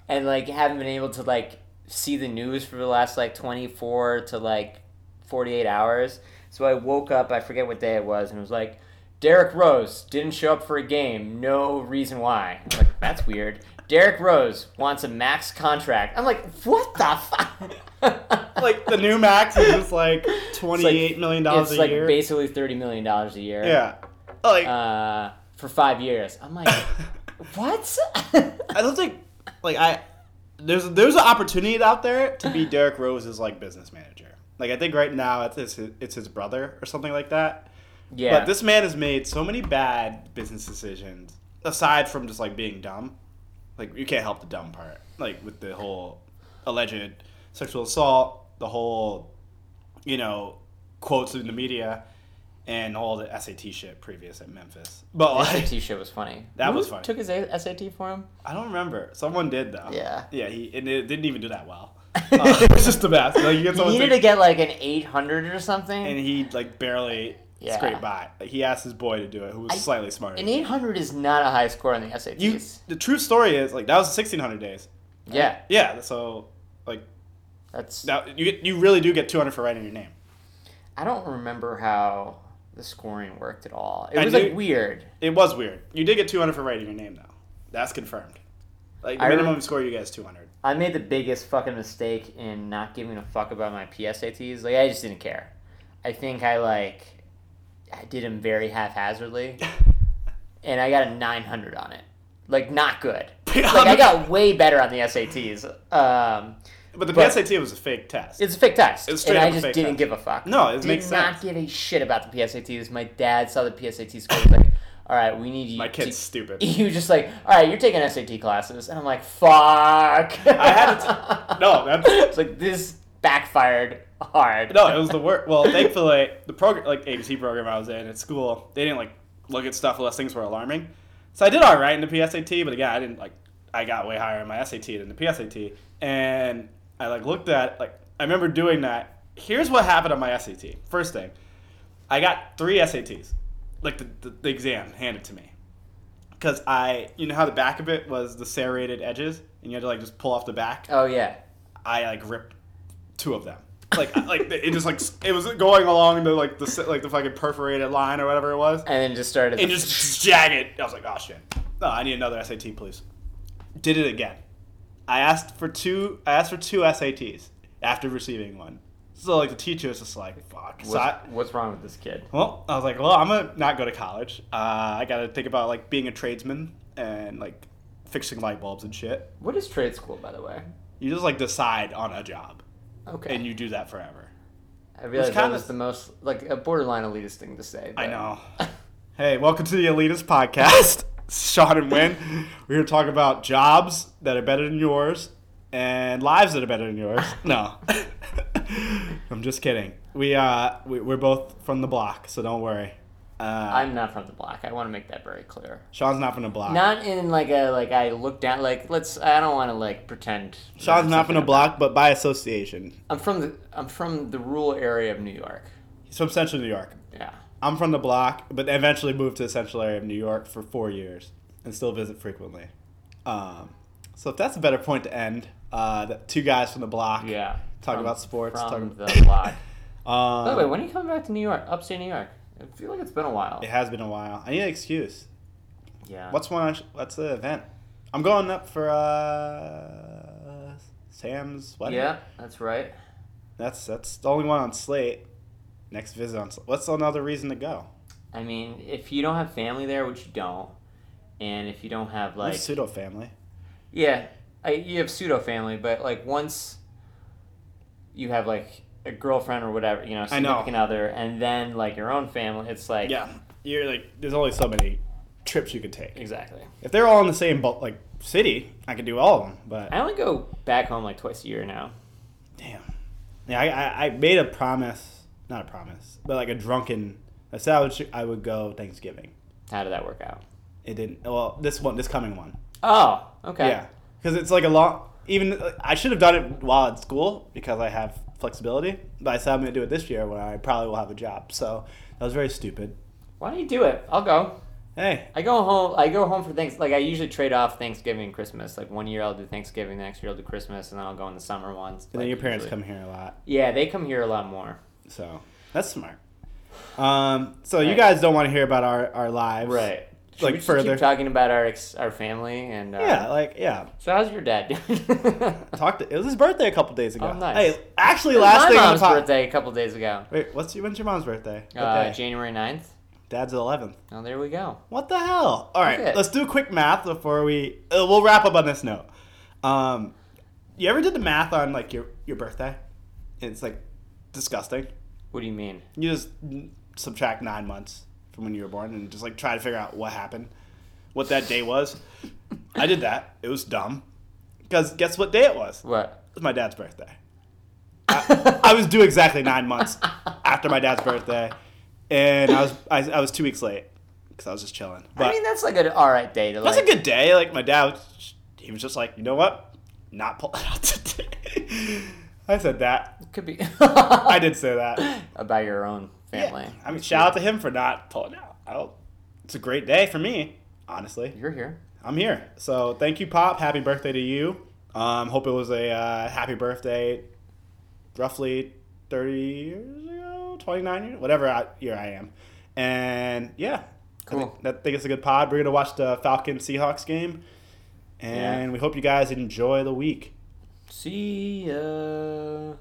S1: and like haven't been able to like see the news for the last like 24 to like 48 hours. So I woke up, I forget what day it was, and it was like Derek Rose didn't show up for a game, no reason why. I'm like that's weird. Derek Rose wants a max contract. I'm like, what the fuck?
S2: Like the new max is just like twenty eight million dollars
S1: it's
S2: a
S1: like
S2: year.
S1: basically 30 million dollars a year.
S2: yeah, like
S1: Uh, for five years. I'm like, what?
S2: I don't think like I there's there's an opportunity out there to be Derek Rose's like business manager. Like I think right now it's it's his, it's his brother or something like that.
S1: yeah.
S2: But this man has made so many bad business decisions aside from just like being dumb. Like you can't help the dumb part. Like with the whole alleged sexual assault, the whole you know quotes in the media and all the SAT shit previous at Memphis. But like
S1: SAT shit was funny.
S2: That
S1: Who
S2: was funny.
S1: Took his A- SAT for him.
S2: I don't remember. Someone did though.
S1: Yeah.
S2: Yeah, he and it didn't even do that well. Uh, it was just the best. Like you get
S1: He
S2: someone
S1: needed
S2: take,
S1: to get like an 800 or something.
S2: and he like barely
S1: Yeah.
S2: scraped by. Like, he asked his boy to do it, who was slightly smarter.
S1: an 800 is not a high score on the SATs.
S2: you, the true story is like that was sixteen hundred days.
S1: yeah,
S2: Yeah, so like
S1: that's.
S2: now you get, you really do get two hundred for writing your name.
S1: I don't remember how the scoring worked at all. It
S2: I
S1: was
S2: knew-
S1: like weird.
S2: It was weird. You did get two hundred for writing your name though. That's confirmed. Like the
S1: I
S2: minimum
S1: remember-
S2: score you get is two hundred.
S1: I made the biggest fucking mistake in not giving a fuck about my PSATs. Like I just didn't care. I think I like I did them very haphazardly, and I got a 900 on it. Like not good. Like I got way better on the SATs. Um,
S2: but the
S1: but-
S2: PSAT was a fake test.
S1: it's a fake test,
S2: It's straight
S1: and
S2: up
S1: I
S2: a
S1: just
S2: fake
S1: didn't
S2: test.
S1: give a fuck.
S2: No, it
S1: Did
S2: makes
S1: not
S2: sense.
S1: give a shit about the PSATs. My dad saw the PSAT score. He's like, "All right, we need you."
S2: My
S1: to-
S2: kid's stupid.
S1: You just like, all right, you're taking SAT classes, and I'm like, fuck. I
S2: I had to. no, that's
S1: it's like this backfired hard.
S2: No, it was the worst. Well, thankfully, the program, like ABC program I was in at school, they didn't like look at stuff unless things were alarming. So I did all right in the PSAT, but again, I didn't like. I got way higher in my SAT than the PSAT, and I like looked at like I remember doing that. Here's what happened on my SAT. First thing, I got three SATs, like the, the, the exam handed to me, because I you know how the back of it was the serrated edges, and you had to like just pull off the back.
S1: Oh yeah.
S2: I like ripped two of them. Like I- like it just like s- it was going along the like the s- like the fucking perforated line or whatever it was,
S1: And then it just started.
S2: and just jagged. I was like, oh shit, oh, I need another SAT, please. Did it again. I asked for two. I asked for two SATs after receiving one. So like the teacher was just like, fuck. So I,
S1: what's, what's wrong with this kid?
S2: well, I was like, well, I'm gonna not go to college. Uh, I gotta think about like being a tradesman and like fixing light bulbs and shit.
S1: What is trade school, by the way?
S2: You just like decide on a job,
S1: Okay.
S2: and you do that forever.
S1: I realize
S2: kinda-
S1: that was the most like a borderline elitist thing to say.
S2: I
S1: but-
S2: know. hey, welcome to the Elitist Podcast. Sean and Win. We're here to talk about jobs that are better than yours and lives that are better than yours. No, I'm just kidding. We uh, we, we're both from the block, so don't worry. Uh,
S1: I'm not from the block. I want to make that very clear.
S2: Sean's not from the block.
S1: Not in like a like I look down like let's I don't want to like pretend.
S2: Sean's not from the
S1: something.
S2: block, but by association.
S1: I'm from the I'm from the rural area of New York.
S2: He's from Central New York.
S1: Yeah.
S2: I'm from the block, but eventually moved to the central area of New York for four years and still visit frequently. Um, so if that's a better point to end, uh, the two guys from the block.
S1: Yeah.
S2: Talk
S1: From-
S2: about sports.
S1: From
S2: Talk
S1: the block.
S2: Um,
S1: By the way, when are you coming back to New York? Upstate New York. I feel like it's been a while.
S2: it has been a while. I need an excuse.
S1: Yeah.
S2: What's one? I sh- what's the event? I'm going up for uh, Sam's wedding.
S1: Yeah, that's right.
S2: That's that's the only one on slate. Next visit on. Sl- What's another reason to go?
S1: I mean, if you don't have family there, which you don't, and if you don't have like
S2: pseudo family.
S1: Yeah, I, you have pseudo family, but like once you have like a girlfriend or whatever, you know,
S2: I know.
S1: significant other, and then like your own family, it's like
S2: Yeah, you're like there's only so many trips you could take.
S1: exactly.
S2: If they're all in the same bu- like city, I could do all of them. But
S1: I only go back home like twice a year now.
S2: damn, yeah, I, I, I made a promise, not a promise, but like a drunken. I said I would sh- I would go Thanksgiving.
S1: How did that work out?
S2: It didn't. Well, this one, this coming one.
S1: Oh, okay.
S2: Yeah, because it's like a long. Even I should have done it while at school because I have flexibility. But I said I'm going to do it this year when I probably will have a job. So that was very stupid.
S1: Why don't you do it? I'll go.
S2: Hey,
S1: I go home. I go home for things like I usually trade off Thanksgiving and Christmas. Like one year I'll do Thanksgiving, the next year I'll do Christmas, and then I'll go in the summer once.
S2: and then
S1: like,
S2: your parents
S1: usually.
S2: come here a lot.
S1: Yeah, they come here a lot more.
S2: So that's smart. Um, so you
S1: Right.
S2: guys don't want to hear about our, our lives,
S1: Should
S2: Like
S1: we just
S2: further.
S1: keep talking about our ex- our family and uh,
S2: Yeah, like yeah.
S1: So how's your dad doing?
S2: Talked. To, it was his birthday a couple days ago.
S1: Oh, nice.
S2: Hey, actually, last
S1: my
S2: thing on
S1: mom's
S2: the pod-
S1: birthday a couple days ago.
S2: Wait, what's your, when's your mom's birthday? What
S1: Uh,
S2: day?
S1: January 9th.
S2: Dad's eleventh.
S1: Oh, there we go.
S2: What the hell? All right,
S1: Okay.
S2: let's do a quick math before we. Uh, we'll wrap up on this note. Um, you ever did the math on like your your birthday? It's like disgusting.
S1: What do you mean?
S2: You just n- subtract nine months from when you were born and just like try to figure out what happened, what that day was. I did that. It was dumb. Because guess what day it was? It
S1: What?
S2: was my dad's birthday. I, I was due exactly nine months after my dad's birthday, and I was I, I was two weeks late because I was just chilling. But
S1: I mean, that's like an all right day to
S2: that's
S1: like.
S2: a good day. Like my dad, was, he was just like, you know what, not pulling out today. I said that.
S1: Could be
S2: I did say that.
S1: about your own family.
S2: Yeah. I mean, shout out to him for not pulling out. Oh, it's a great day for me, honestly.
S1: You're here.
S2: I'm here. So thank you, Pop. Happy birthday to you. Um, hope it was a uh, happy birthday roughly 30 years ago, 29 years, whatever I- year I am. And yeah, I
S1: Cool.
S2: think, that, think it's a good pod. We're going to watch the Falcon Seahawks game. And we hope you guys enjoy the week.
S1: See ya.